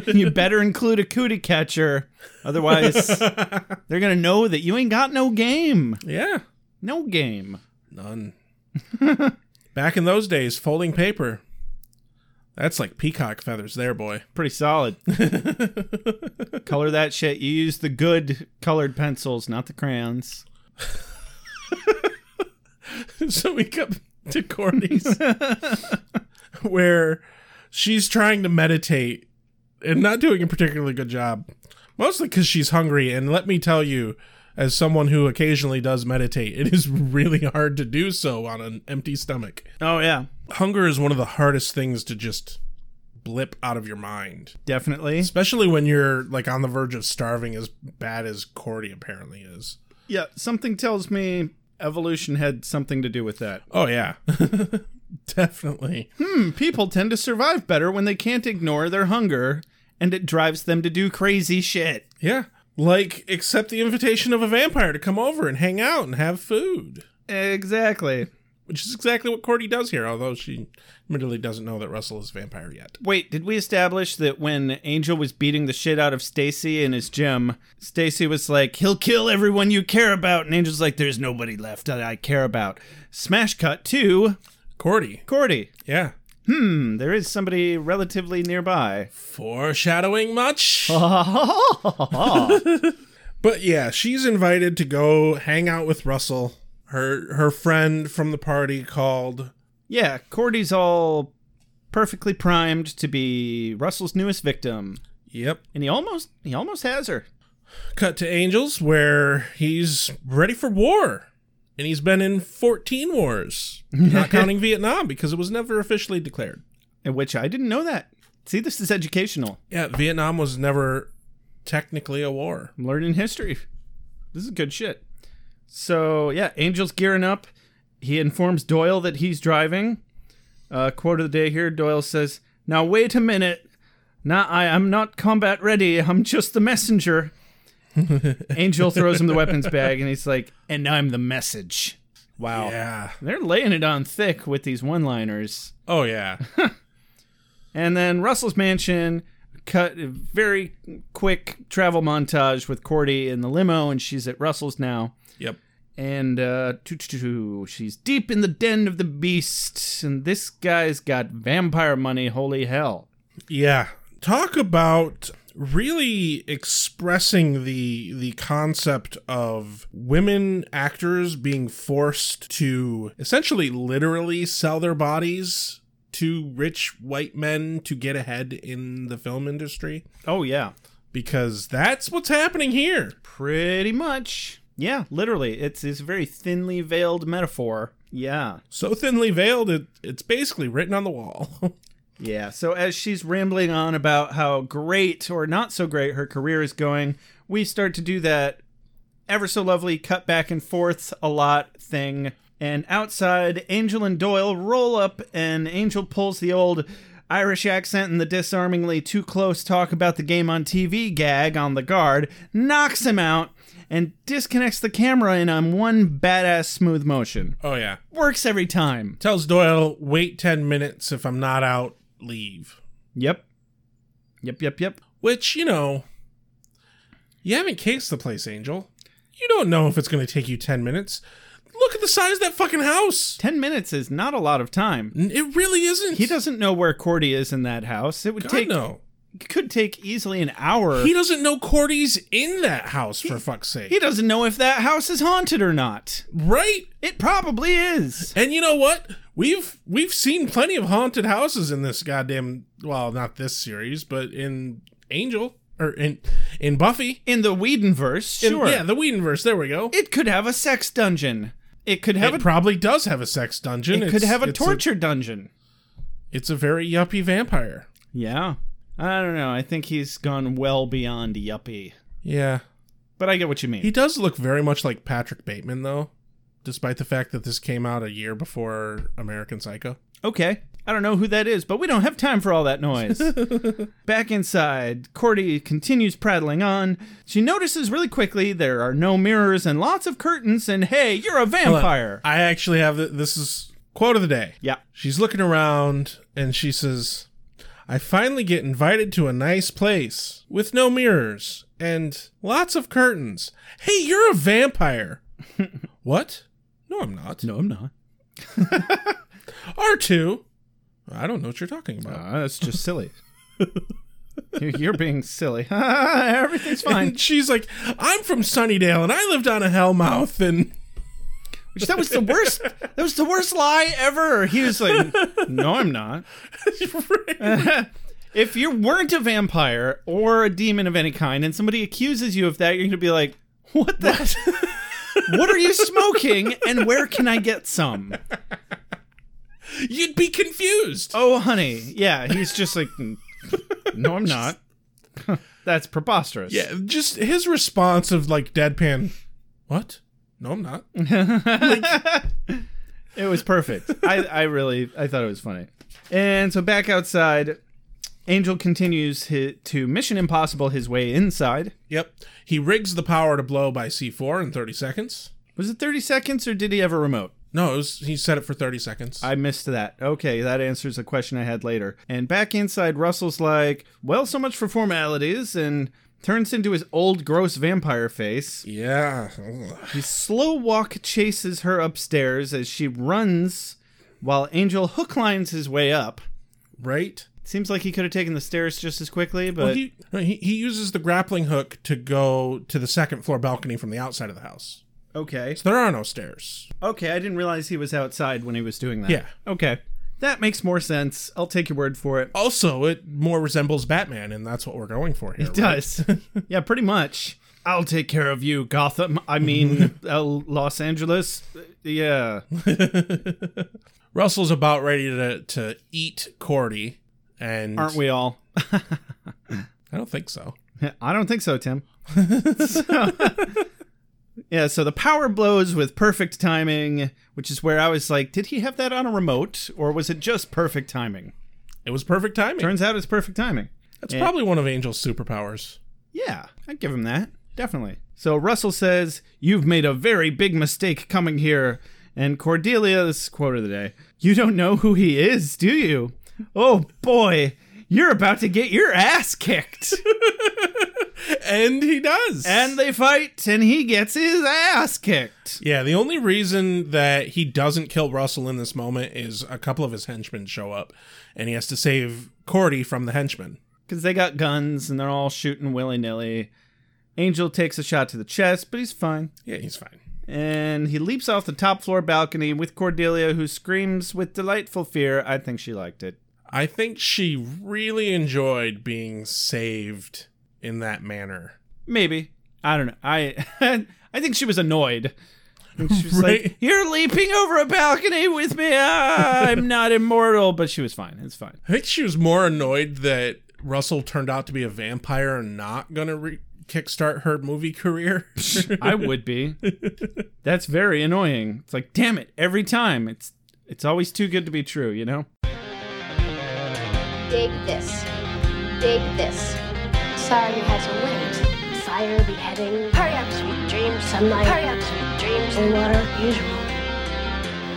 Speaker 1: you better include a cootie catcher. Otherwise, they're gonna know that you ain't got no game.
Speaker 7: yeah
Speaker 1: No game.
Speaker 7: none back in those days folding paper that's like peacock feathers there boy
Speaker 1: pretty solid. Color that shit. You use the good colored pencils, not the crayons.
Speaker 7: so we come to Courtney's where she's trying to meditate and not doing a particularly good job, mostly because she's hungry. And let me tell you, as someone who occasionally does meditate, it is really hard to do so on an empty stomach.
Speaker 1: Oh yeah,
Speaker 7: Hunger is one of the hardest things to just blip out of your mind,
Speaker 1: definitely.
Speaker 7: especially when you're like on the verge of starving as bad as Cordy apparently is.
Speaker 1: Yeah, something tells me evolution had something to do with that.
Speaker 7: Oh yeah. Definitely.
Speaker 1: People tend to survive better when they can't ignore their hunger and it drives them to do crazy shit.
Speaker 7: Yeah. Like, accept the invitation of a vampire to come over and hang out and have food,
Speaker 1: Exactly.
Speaker 7: which is exactly what Cordy does here, although she admittedly doesn't know that Russell is a vampire yet.
Speaker 1: Wait, did we establish that when Angel was beating the shit out of Stacy in his gym, Stacy was like, "He'll kill everyone you care about," and Angel's like, "There's nobody left that I care about." Smash cut to
Speaker 7: Cordy.
Speaker 1: Cordy.
Speaker 7: Yeah.
Speaker 1: Hmm, there is somebody relatively nearby.
Speaker 7: Foreshadowing much?
Speaker 1: oh,
Speaker 7: But yeah, she's invited to go hang out with Russell. Her her friend from the party called.
Speaker 1: yeah, Cordy's all perfectly primed to be Russell's newest victim,
Speaker 7: Yep.
Speaker 1: and he almost he almost has her.
Speaker 7: Cut to Angels where he's ready for war. And he's been in 14 wars, not counting Vietnam because it was never officially declared.
Speaker 1: And Which I didn't know that. See, this is educational.
Speaker 7: Yeah, Vietnam was never technically a war.
Speaker 1: I'm learning history. This is good shit. So yeah, Angel's gearing up. He informs Doyle that he's driving. Uh, quote of the day here: Doyle says, "Now wait a minute. Now I am not combat ready. I'm just the messenger." Angel throws him the weapons bag, and he's like, "And I'm the message." Wow,
Speaker 7: Yeah.
Speaker 1: they're laying it on thick with these one-liners.
Speaker 7: Oh yeah.
Speaker 1: And then Russell's mansion cut a very quick travel montage with Cordy in the limo, and she's at Russell's now.
Speaker 7: yep.
Speaker 1: And uh, choo- choo- choo, she's deep in the den of the beast, and this guy's got vampire money. Holy hell!
Speaker 7: Yeah. Talk about really expressing the the concept of women actors being forced to essentially literally sell their bodies to rich white men to get ahead in the film industry
Speaker 1: Oh yeah,
Speaker 7: because that's what's happening here.
Speaker 1: pretty much. Yeah, literally, it's it's a very thinly veiled metaphor. Yeah,
Speaker 7: So thinly veiled it, it's basically written on the wall.
Speaker 1: yeah. So as she's rambling on about how great or not so great her career is going, we start to do that ever so lovely cut back and forth a lot thing. And outside, Angel and Doyle roll up, and Angel pulls the old Irish accent and the disarmingly too close talk about the game on TV gag on the guard, knocks him out, and disconnects the camera in on one badass smooth motion.
Speaker 7: oh yeah.
Speaker 1: Works every time.
Speaker 7: Tells Doyle, "Wait 10 minutes if I'm not out, leave."
Speaker 1: Yep. Yep, yep, yep.
Speaker 7: Which, you know, you haven't cased the place, Angel. You don't know if it's going to take you 10 minutes. Look at the size of that fucking house.
Speaker 1: 10 minutes is not a lot of time.
Speaker 7: N- It really isn't.
Speaker 1: He doesn't know where Cordy is in that house. It would
Speaker 7: God,
Speaker 1: take
Speaker 7: no.
Speaker 1: could take easily an hour.
Speaker 7: He doesn't know Cordy's in that house, for fuck's sake.
Speaker 1: He doesn't know if that house is haunted or not.
Speaker 7: right?
Speaker 1: It probably is.
Speaker 7: And you know what? We've we've seen plenty of haunted houses in this goddamn well, not this series, but in Angel or in in Buffy.
Speaker 1: In the Whedonverse,
Speaker 7: In-
Speaker 1: sure.
Speaker 7: yeah, the Whedonverse. There we go.
Speaker 1: it could have a sex dungeon. It could have a
Speaker 7: It probably does have a sex dungeon.
Speaker 1: it could
Speaker 7: It's-
Speaker 1: have a
Speaker 7: it's
Speaker 1: torture dungeon.
Speaker 7: It's a very yuppie vampire.
Speaker 1: Yeah. I don't know. I think he's gone well beyond yuppie.
Speaker 7: Yeah.
Speaker 1: But I get what you mean.
Speaker 7: He does look very much like Patrick Bateman, though, despite the fact that this came out a year before American Psycho.
Speaker 1: Okay. I don't know who that is, but we don't have time for all that noise. Back inside, Cordy continues prattling on. She notices really quickly there are no mirrors and lots of curtains, and hey, you're a vampire.
Speaker 7: I actually have the, this is quote of the day.
Speaker 1: yeah.
Speaker 7: She's looking around and she says, I finally get invited to a nice place with no mirrors and lots of curtains. Hey, you're a vampire. what? No, I'm not.
Speaker 1: No, I'm not.
Speaker 7: R2. I don't know what you're talking about.
Speaker 1: Uh, that's just silly. you're, you're being silly. Everything's fine.
Speaker 7: And she's like, I'm from Sunnydale and I lived on a hellmouth and
Speaker 1: Which that was the worst. That was the worst lie ever. He was like, "No, I'm not." if you weren't a vampire or a demon of any kind and somebody accuses you of that, you're going to be like, what the? What? are you smoking and where can I get some?
Speaker 7: you'd be confused.
Speaker 1: Oh, honey. Yeah, he's just like, "Mm, no, I'm not. That's preposterous.
Speaker 7: Yeah, just his Mm. response of like deadpan, what? No, I'm not.
Speaker 1: It was perfect. I, I really I thought it was funny. And so back outside, Angel continues hi to Mission Impossible his way inside.
Speaker 7: Yep. He rigs the power to blow by C4 in 30 seconds.
Speaker 1: Was it 30 seconds or did he have a remote?
Speaker 7: No, it was, he set it for 30 seconds.
Speaker 1: I missed that. Okay, that answers a question I had later. And back inside, Russell's like, well, so much for formalities, and turns into his old gross vampire face.
Speaker 7: yeah.
Speaker 1: His slow walk chases her upstairs as she runs while Angel hooklines his way up.
Speaker 7: Right?
Speaker 1: Seems like he could have taken the stairs just as quickly, but
Speaker 7: Well, he, he he uses the grappling hook to go to the second floor balcony from the outside of the house.
Speaker 1: okay.
Speaker 7: There are no stairs.
Speaker 1: Okay, I didn't realize he was outside when he was doing that.
Speaker 7: Yeah.
Speaker 1: Okay. That makes more sense. I'll take your word for it.
Speaker 7: Also, it more resembles Batman, and that's what we're going for here.
Speaker 1: It does. yeah, pretty much. I'll take care of you, Gotham. I mean, uh, Los Angeles. Uh, Yeah.
Speaker 7: Russell's about ready to, to eat Cordy, and
Speaker 1: Aren't we all?
Speaker 7: I don't think so.
Speaker 1: I don't think so, Tim. So- yeah, so the power blows with perfect timing, which is where I was like, did he have that on a remote or was it just perfect timing?
Speaker 7: It was perfect timing.
Speaker 1: Turns out it's perfect timing.
Speaker 7: that's probably one of Angel's superpowers.
Speaker 1: Yeah, I'd give him that. Definitely. So Russell says, You've made a very big mistake coming here. And Cordelia, this is quote of the day, You don't know who he is, do you? Oh boy, you're about to get your ass kicked.
Speaker 7: And he does.
Speaker 1: and they fight, and he gets his ass kicked.
Speaker 7: yeah, the only reason that he doesn't kill Russell in this moment is a couple of his henchmen show up, and he has to save Cordy from the henchmen.
Speaker 1: Because they got guns and they're all shooting willy nilly. Angel takes a shot to the chest, but he's fine.
Speaker 7: Yeah, he's fine.
Speaker 1: And he leaps off the top floor balcony with Cordelia, who screams with delightful fear. I think she liked it.
Speaker 7: I think she really enjoyed being saved in that manner.
Speaker 1: Maybe. I don't know. I I think she was annoyed. And she was
Speaker 7: Right.
Speaker 1: like, You're leaping over a balcony with me. Ah, I'm not immortal. But she was fine. It's fine.
Speaker 7: I think she was more annoyed that Russell turned out to be a vampire and not gonna re- kickstart her movie career.
Speaker 1: I would be. That's very annoying. It's like, damn it, every time. It's it's always too good to be true, you know?
Speaker 9: Dig this. Dig this. Sorry you had to wait. Fire, beheading. Hurry up, sweet dreams. Sunlight. Hurry up, sweet dreams. And water, usual.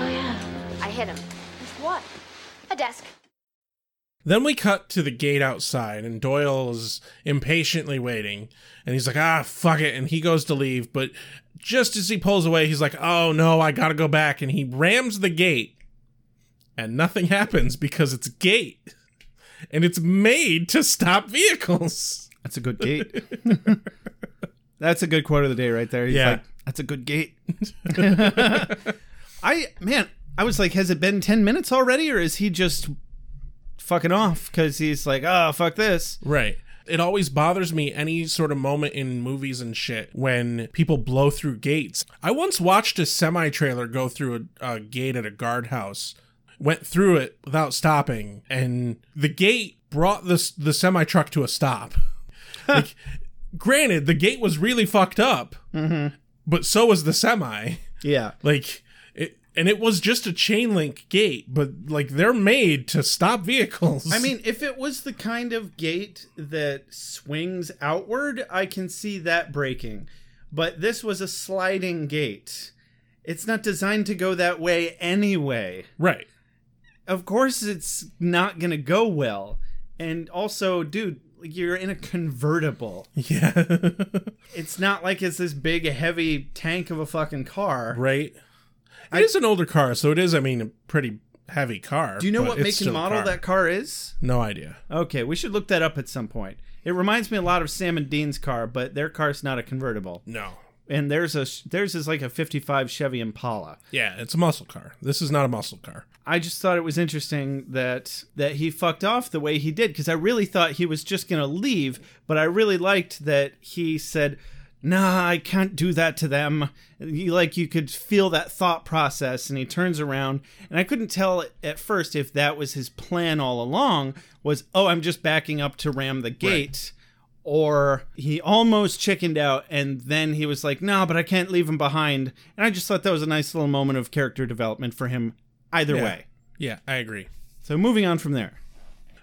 Speaker 9: Oh, yeah. I hit him. With what? A desk.
Speaker 7: then we cut to the gate outside, and Doyle is impatiently waiting, and he's like, "Ah, fuck it," and he goes to leave, but just as he pulls away, he's like, "Oh no, I gotta go back," and he rams the gate, and nothing happens because it's a gate, and it's made to stop vehicles.
Speaker 1: That's a good gate. That's a good quote of the day right there. He's
Speaker 7: Yeah.
Speaker 1: like, That's a good gate. I man, I was like, has it been ten minutes already, or is he just fucking off because he's like, oh fuck this?
Speaker 7: Right. It always bothers me any sort of moment in movies and shit when people blow through gates. I once watched a semi trailer go through a, a gate at a guardhouse, went through it without stopping, and the gate brought this the semi truck to a stop. like, granted, the gate was really fucked up,
Speaker 1: Mm-hmm.
Speaker 7: but so was the semi.
Speaker 1: Yeah,
Speaker 7: Like, it, and it was just a chain link gate, but like they're made to stop vehicles.
Speaker 1: I mean, if it was the kind of gate that swings outward, I can see that breaking. But this was a sliding gate. It's not designed to go that way anyway.
Speaker 7: right.
Speaker 1: of course it's not gonna go well and also dude you're in a convertible
Speaker 7: Yeah.
Speaker 1: it's not like it's this big heavy tank of a fucking car
Speaker 7: Right. It is an older car, so it is, I mean, a pretty heavy car.
Speaker 1: do you know
Speaker 7: but
Speaker 1: what
Speaker 7: it's
Speaker 1: make
Speaker 7: still
Speaker 1: and
Speaker 7: a
Speaker 1: model that car is
Speaker 7: No idea.
Speaker 1: okay we should look that up at some point it reminds me a lot of sam and dean's car but their car's not a convertible
Speaker 7: No.
Speaker 1: and there's a theirs is like a 55 chevy impala
Speaker 7: Yeah, it's a muscle car. This is not a muscle car.
Speaker 1: I just thought it was interesting that that he fucked off the way he did because I really thought he was just gonna leave, but I really liked that he said, "Nah, I can't do that to them." You, like you could feel that thought process, and he turns around, and I couldn't tell at first if that was his plan all along was, "Oh, I'm just backing up to ram the gate," or he almost chickened out and then he was like, no, but I can't leave him behind. And I just thought that was a nice little moment of character development for him either
Speaker 7: Yeah.
Speaker 1: way.
Speaker 7: Yeah, I agree.
Speaker 1: So moving on from there.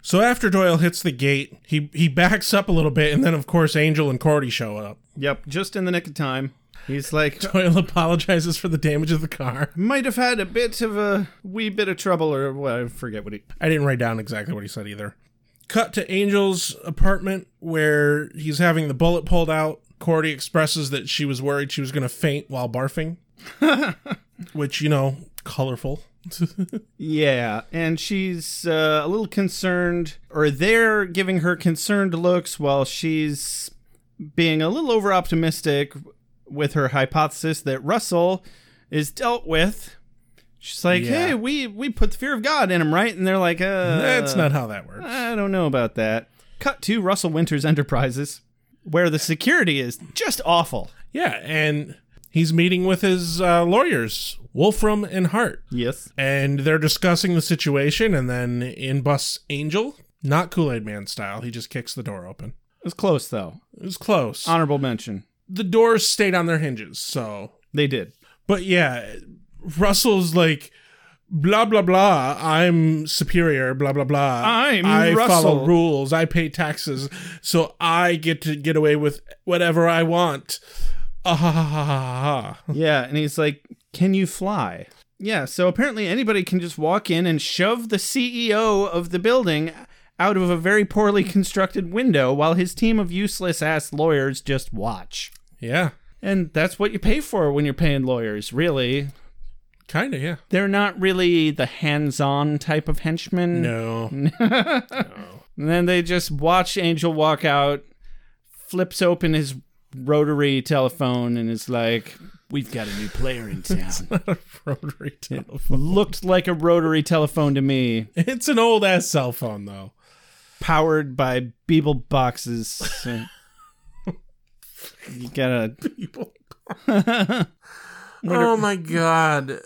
Speaker 7: So after Doyle hits the gate, he he backs up a little bit, and then of course Angel and Cordy show up.
Speaker 1: Yep, just in the nick of time. He's like,
Speaker 7: Doyle apologizes for the damage of the car.
Speaker 1: might have had a bit of a wee bit of trouble or well, I forget what he.
Speaker 7: I didn't write down exactly what he said either. Cut to Angel's apartment where he's having the bullet pulled out. Cordy expresses that she was worried she was going to faint while barfing, which, you know, colorful.
Speaker 1: Yeah, and she's uh, a little concerned, or they're giving her concerned looks while she's being a little over optimistic with her hypothesis that Russell is dealt with. She's like,
Speaker 7: Yeah.
Speaker 1: "Hey, we we put the fear of God in him, right?" And they're like, "Uh,
Speaker 7: That's not how that works.
Speaker 1: I don't know about that." Cut to Russell Winters Enterprises, where the security is just awful.
Speaker 7: Yeah, and he's meeting with his uh, lawyers, Wolfram and Hart,
Speaker 1: Yes.
Speaker 7: and they're discussing the situation, and then in busts Angel, not Kool Aid Man style. He just kicks the door open.
Speaker 1: It was close though.
Speaker 7: It was close.
Speaker 1: Honorable mention.
Speaker 7: the doors stayed on their hinges, so
Speaker 1: They did.
Speaker 7: But yeah, Russell's like, blah blah blah. I'm superior. Blah blah blah.
Speaker 1: I'm
Speaker 7: I follow
Speaker 1: Russell."
Speaker 7: rules. I pay taxes, so I get to get away with whatever I want. Ah ha ha ha ha. ha.
Speaker 1: Yeah, and he's like, "Can you fly?" Yeah, so apparently anybody can just walk in and shove the CEO of the building out of a very poorly constructed window while his team of useless ass lawyers just watch.
Speaker 7: Yeah,
Speaker 1: And that's what you pay for when you're paying lawyers, really.
Speaker 7: kind of. Yeah.
Speaker 1: They're not really the hands-on type of henchmen.
Speaker 7: No.
Speaker 1: And then they just watch Angel walk out, flips open his rotary telephone, and is like, "We've got a new player in town."
Speaker 7: Rotary telephone.
Speaker 1: Looked like a rotary telephone to me,
Speaker 7: It's an old ass cell phone though.
Speaker 1: powered by Beeble boxes. you gotta.
Speaker 7: Oh my god.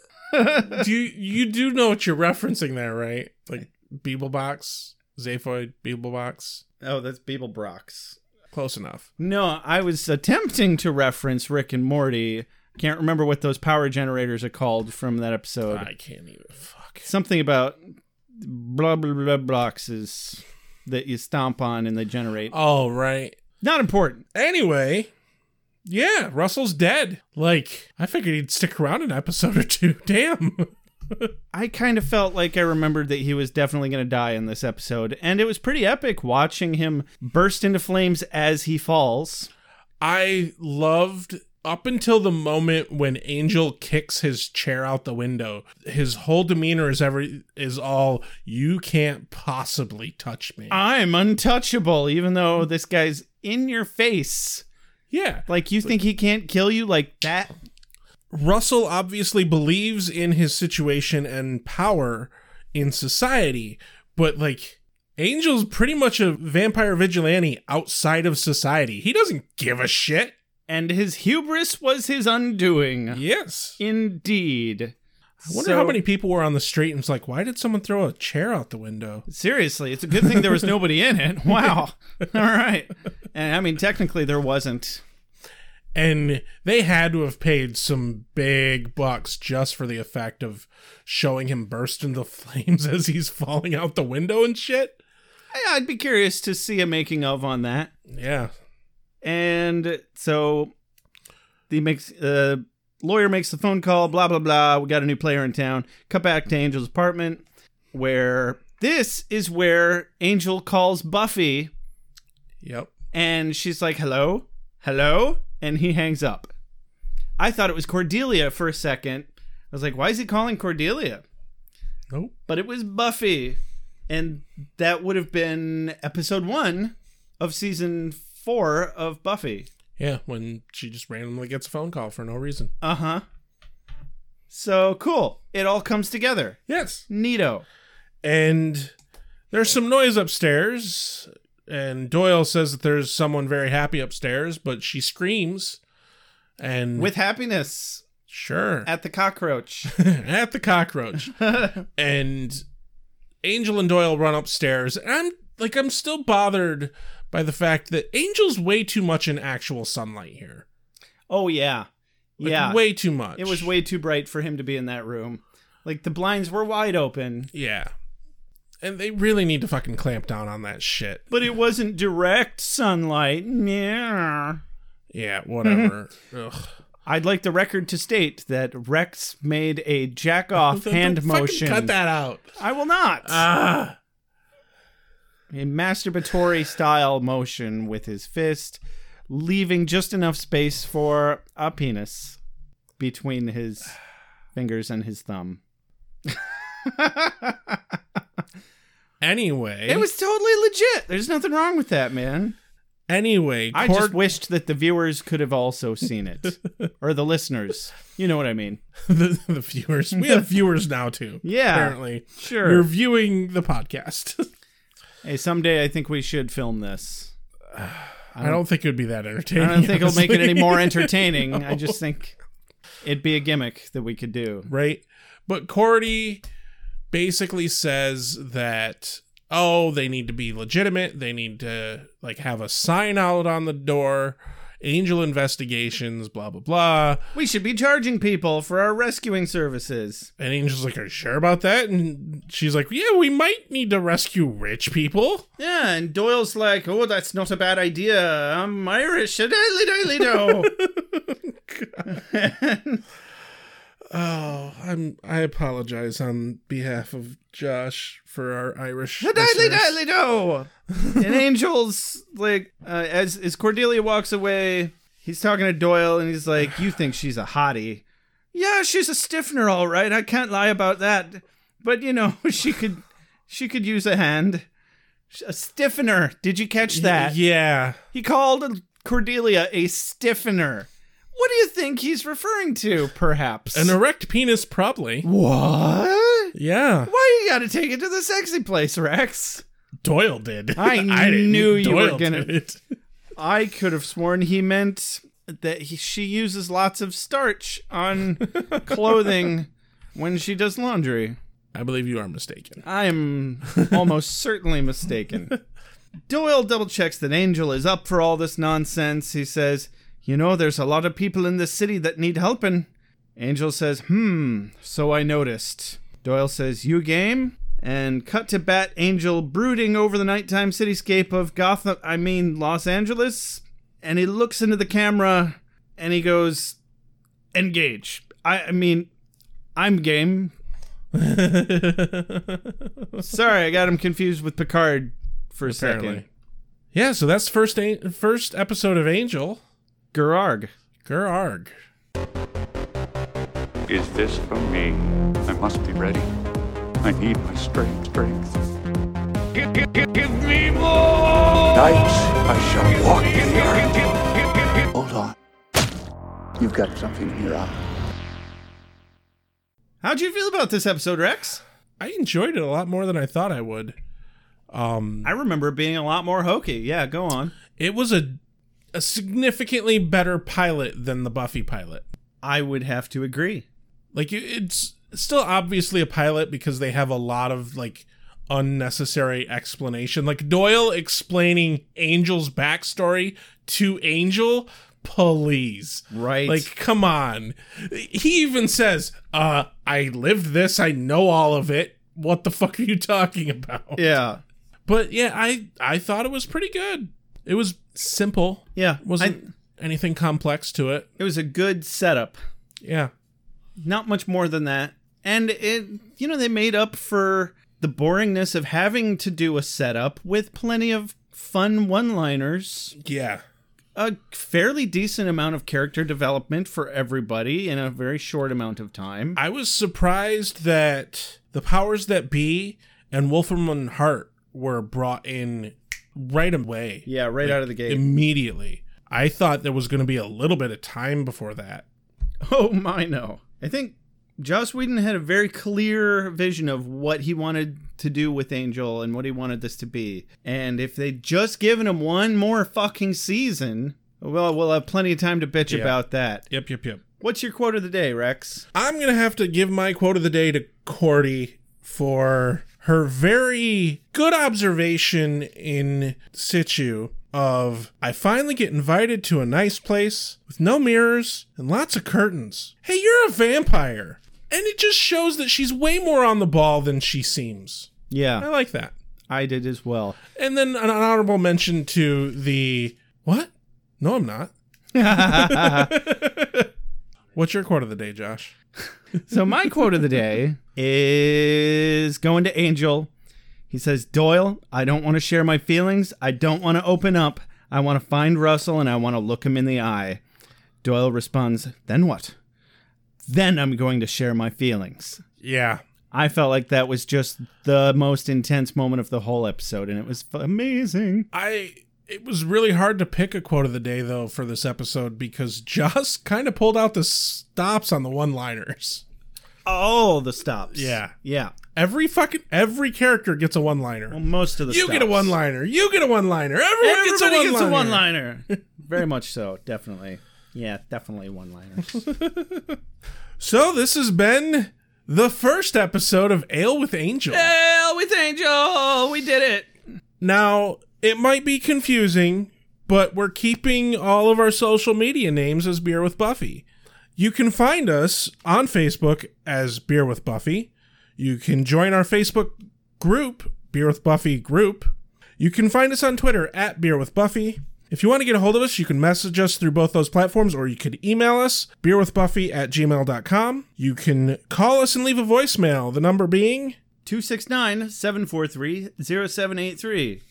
Speaker 7: do you, you do know what you're referencing there, right? Like Beeblebox, Zaphoid, Beeblebox.
Speaker 1: Oh, that's Beeble Brox.
Speaker 7: Close enough.
Speaker 1: No, I was attempting to reference Rick and Morty. Can't remember what those power generators are called from that episode.
Speaker 7: I can't even. Fuck.
Speaker 1: something about blah blah blah boxes that you stomp on and they generate.
Speaker 7: All right.
Speaker 1: Not important.
Speaker 7: Anyway, yeah, Russell's dead. Like, I figured he'd stick around an episode or two. Damn.
Speaker 1: I kind of felt like I remembered that he was definitely going to die in this episode, and it was pretty epic watching him burst into flames as he falls.
Speaker 7: I loved up until the moment when Angel kicks his chair out the window. His whole demeanor is every is all you can't possibly touch me.
Speaker 1: I'm untouchable, even though this guy's in your face.
Speaker 7: yeah.
Speaker 1: Like you think he can't kill you like that?
Speaker 7: Russell obviously believes in his situation and power in society, but like Angel's pretty much a vampire vigilante outside of society. He doesn't give a shit.
Speaker 1: And his hubris was his undoing.
Speaker 7: Yes.
Speaker 1: Indeed.
Speaker 7: I wonder
Speaker 1: So-
Speaker 7: how many people were on the street and was like, why did someone throw a chair out the window?
Speaker 1: Seriously, it's a good thing there was nobody in it. Wow. All right. And I mean, technically, there wasn't.
Speaker 7: And they had to have paid some big bucks just for the effect of showing him burst into flames as he's falling out the window and shit.
Speaker 1: I- I'd be curious to see a making of on that.
Speaker 7: Yeah.
Speaker 1: And so the makes uh, lawyer makes the phone call. Blah blah blah. We got a new player in town. Cut back to Angel's apartment, where this is where Angel calls Buffy,
Speaker 7: Yep.
Speaker 1: and she's like, "Hello, hello," and he hangs up. I thought it was Cordelia for a second. I was like, "Why is he calling Cordelia?"
Speaker 7: Nope.
Speaker 1: but it was Buffy, and that would have been episode one of season four of Buffy.
Speaker 7: Yeah, when she just randomly gets a phone call for no reason.
Speaker 1: Uh huh. So cool. It all comes together.
Speaker 7: Yes.
Speaker 1: Neato.
Speaker 7: And there's some noise upstairs, and Doyle says that there's someone very happy upstairs, but she screams. And
Speaker 1: With happiness
Speaker 7: sure
Speaker 1: at the cockroach.
Speaker 7: at the cockroach. and Angel and Doyle run upstairs, and I'm like, I'm still bothered by the fact that Angel's way too much in actual sunlight here.
Speaker 1: Oh yeah,
Speaker 7: Like,
Speaker 1: yeah.
Speaker 7: way too much.
Speaker 1: it was way too bright for him to be in that room. Like the blinds were wide open,
Speaker 7: yeah. And they really need to fucking clamp down on that shit.
Speaker 1: but it wasn't direct sunlight. Yeah.
Speaker 7: Yeah, whatever. Ugh.
Speaker 1: I'd like the record to state that Rex made a jack off
Speaker 7: Don't-
Speaker 1: hand
Speaker 7: don't fucking
Speaker 1: motion.
Speaker 7: Cut that out.
Speaker 1: I will not.
Speaker 7: Ah,
Speaker 1: a masturbatory style motion with his fist, leaving just enough space for a penis between his fingers and his thumb.
Speaker 7: anyway,
Speaker 1: It was totally legit. There's nothing wrong with that, man.
Speaker 7: anyway.
Speaker 1: I
Speaker 7: Cord-
Speaker 1: just wished that the viewers could have also seen it, or the listeners. You know what I mean?
Speaker 7: the, the viewers. We have viewers now too.
Speaker 1: Yeah.
Speaker 7: apparently
Speaker 1: Sure.
Speaker 7: we're viewing the podcast.
Speaker 1: Hey, someday I think we should film this.
Speaker 7: I don't think it would be that entertaining.
Speaker 1: I don't think it'll make it any more
Speaker 7: honestly.
Speaker 1: entertaining. I just think it'd be a gimmick that we could do.
Speaker 7: right? But Cordy basically says that oh, they need to be legitimate. They need to like have a sign out on the door. Angel investigations, blah blah blah.
Speaker 1: We should be charging people for our rescuing services.
Speaker 7: And Angel's like, "Are you sure about that?" And she's like, "Yeah, we might need to rescue rich people."
Speaker 1: Yeah, and Doyle's like, oh, that's not a bad idea. I'm Irish. a Daily, daily, do.
Speaker 7: Oh, I'm I apologize on behalf of Josh for our Irish.
Speaker 1: A daily,
Speaker 7: listeners.
Speaker 1: daily, do. And Angel's like, uh, as, as Cordelia walks away, he's talking to Doyle and he's like, you think she's a hottie. Yeah, she's a stiffener, all right. I can't lie about that. But, you know, she could she could use a hand. A stiffener. Did you catch that?
Speaker 7: Yeah.
Speaker 1: He called Cordelia a stiffener. What do you think he's referring to, perhaps?
Speaker 7: An erect penis probably.
Speaker 1: what?
Speaker 7: Yeah.
Speaker 1: Why you gotta take it to the sexy place, Rex?
Speaker 7: Doyle did.
Speaker 1: I
Speaker 7: didn't.
Speaker 1: knew you were gonna-
Speaker 7: did.
Speaker 1: I could have sworn he meant that he, she uses lots of starch on clothing when she does laundry.
Speaker 7: I believe you are mistaken.
Speaker 1: I'm almost certainly mistaken. Doyle double checks that Angel is up for all this nonsense. He says, You know, there's a lot of people in this city that need helping. Angel says, Hmm, so I noticed. Doyle says, You game? And cut to Bat Angel brooding over the nighttime cityscape of Gotham, I mean, Los Angeles. And he looks into the camera and he goes, Engage. I, I mean, I'm game. Sorry, I got him confused with Picard for a second.
Speaker 7: Apparently. Yeah, so that's first an- first episode of Angel.
Speaker 1: Gerarg.
Speaker 7: Gerarg.
Speaker 10: Is this for me? I must be ready. I need my strength, strength.
Speaker 3: Nights I shall walk in the earth. Hold on. You've got something in your eye.
Speaker 1: How'd you feel about this episode, Rex?
Speaker 7: I enjoyed it a lot more than I thought I would. Um,
Speaker 1: I remember it being a lot more hokey. Yeah, go on.
Speaker 7: It was a a significantly better pilot than the Buffy pilot.
Speaker 1: I would have to agree.
Speaker 7: Like you- it's still obviously a pilot because they have a lot of like unnecessary explanation. Like Doyle explaining Angel's backstory to Angel, please.
Speaker 1: Right.
Speaker 7: Like, come on. He even says, uh, I lived this, I know all of it. What the fuck are you talking about?
Speaker 1: Yeah.
Speaker 7: But yeah, I I thought it was pretty good. It was simple.
Speaker 1: Yeah.
Speaker 7: Wasn't anything complex to it.
Speaker 1: it was a good setup.
Speaker 7: Yeah.
Speaker 1: Not much more than that. And it you know, they made up for the boringness of having to do a setup with plenty of fun one liners.
Speaker 7: Yeah.
Speaker 1: A fairly decent amount of character development for everybody in a very short amount of time.
Speaker 7: I was surprised that the powers that be and Wolfram and Hart were brought in right away.
Speaker 1: yeah, right out of the gate.
Speaker 7: Immediately. I thought there was going to be a little bit of time before that.
Speaker 1: Oh my no. I think Joss Whedon had a very clear vision of what he wanted to do with Angel and what he wanted this to be. And if they'd just given him one more fucking season, well, we'll have plenty of time to bitch
Speaker 7: Yeah.
Speaker 1: about that.
Speaker 7: Yep, yep, yep.
Speaker 1: What's your quote of the day, Rex?
Speaker 7: I'm gonna have to give my quote of the day to Cordy for her very good observation in situ of I finally get invited to a nice place with no mirrors and lots of curtains. Hey, you're a vampire. And it just shows that she's way more on the ball than she seems.
Speaker 1: Yeah.
Speaker 7: I like that.
Speaker 1: Oh, I did as well.
Speaker 7: And then an honorable mention to the what? No, I'm not. What's your quote of the day, Josh?
Speaker 1: So my quote of the day is going to Angel. He says, "Doyle, I don't want to share my feelings. I don't want to open up. I want to find Russell and I want to look him in the eye." Doyle responds, "Then what? Then I'm going to share my feelings."
Speaker 7: Yeah.
Speaker 1: I felt like that was just the most intense moment of the whole episode, and it was f- amazing.
Speaker 7: I it was really hard to pick a quote of the day though for this episode because Joss kind of pulled out the stops on the one-liners.
Speaker 1: All the stops.
Speaker 7: Yeah.
Speaker 1: Yeah.
Speaker 7: Every fucking every character gets a one-liner.
Speaker 1: Well, most of the
Speaker 7: you
Speaker 1: stops.
Speaker 7: get a one-liner. You get a one-liner. Everyone
Speaker 1: Everybody
Speaker 7: gets a one-liner.
Speaker 1: gets a one-liner. Very much so. Definitely. Yeah, definitely one-liners.
Speaker 7: So this has been the first episode of Ale with Angel.
Speaker 1: Hell with Angel, we did it.
Speaker 7: Now, it might be confusing, but we're keeping all of our social media names as Beer with Buffy. You can find us on Facebook as Beer with Buffy. You can join our Facebook group, Beer with Buffy group. You can find us on Twitter at Beer with Buffy. If you want to get a hold of us, you can message us through both those platforms or you could email us, beerwithbuffy at gmail.com. You can call us and leave a voicemail, the number being
Speaker 1: 269-743-0783.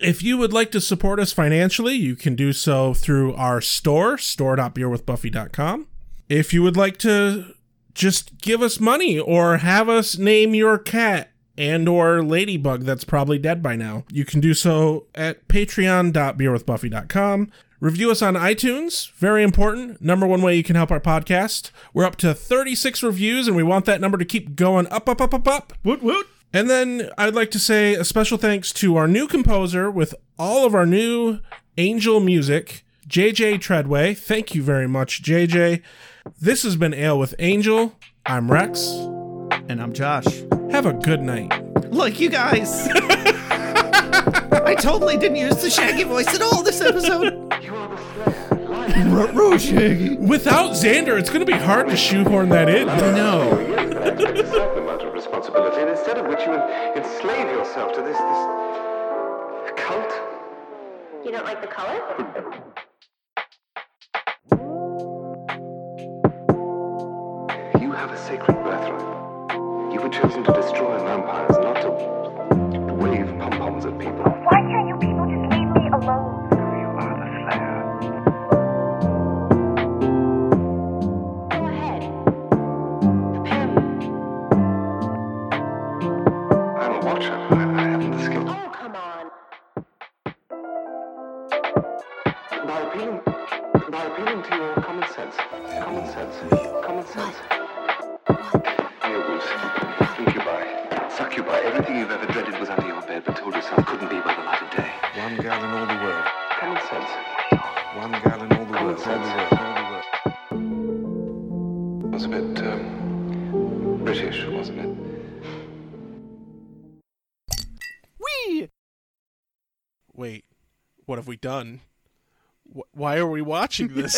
Speaker 7: If you would like to support us financially, you can do so through our store, store.beerwithbuffy.com. If you would like to just give us money or have us name your cat and or ladybug that's probably dead by now, you can do so at patreon.beerwithbuffy.com. Review us on iTunes, very important. Number one way you can help our podcast. We're up to 36 reviews and we want that number to keep going up, up, up, up, up.
Speaker 1: Woot woot.
Speaker 7: And then I'd like to say a special thanks to our new composer with all of our new angel music, JJ Treadway. Thank you very much, JJ. This has been Ale with Angel. I'm Rex.
Speaker 1: And I'm Josh.
Speaker 7: Have a good night.
Speaker 1: Look, you guys. I totally didn't use the Shaggy voice at all this episode. Ruh-roh, Shaggy.
Speaker 7: Without Xander, it's going to be hard to shoehorn that in.
Speaker 1: No.
Speaker 11: a certain amount of responsibility, and instead of which you en- enslave yourself to this this cult.
Speaker 9: You don't like the color?
Speaker 11: You have a sacred birthright. You were chosen to destroy vampires, not to wave pom poms at people.
Speaker 9: Why can't you people just leave me alone?
Speaker 11: You are the Slayer.
Speaker 9: Go ahead. Prepare me.
Speaker 11: I'm a watcher. I, I haven't the skill.
Speaker 9: Oh, come on.
Speaker 11: By appealing, by appealing to your common sense, common sense, common sense. Werewolves, incubi, succubi, everything you've ever dreaded was under your bed, but told yourself couldn't be by the light of day. One girl in all the world. Common sense. One girl in all the world. Sense. It was a bit um, British, wasn't it?
Speaker 7: Wait, what have we done? Wh- Why are we watching this?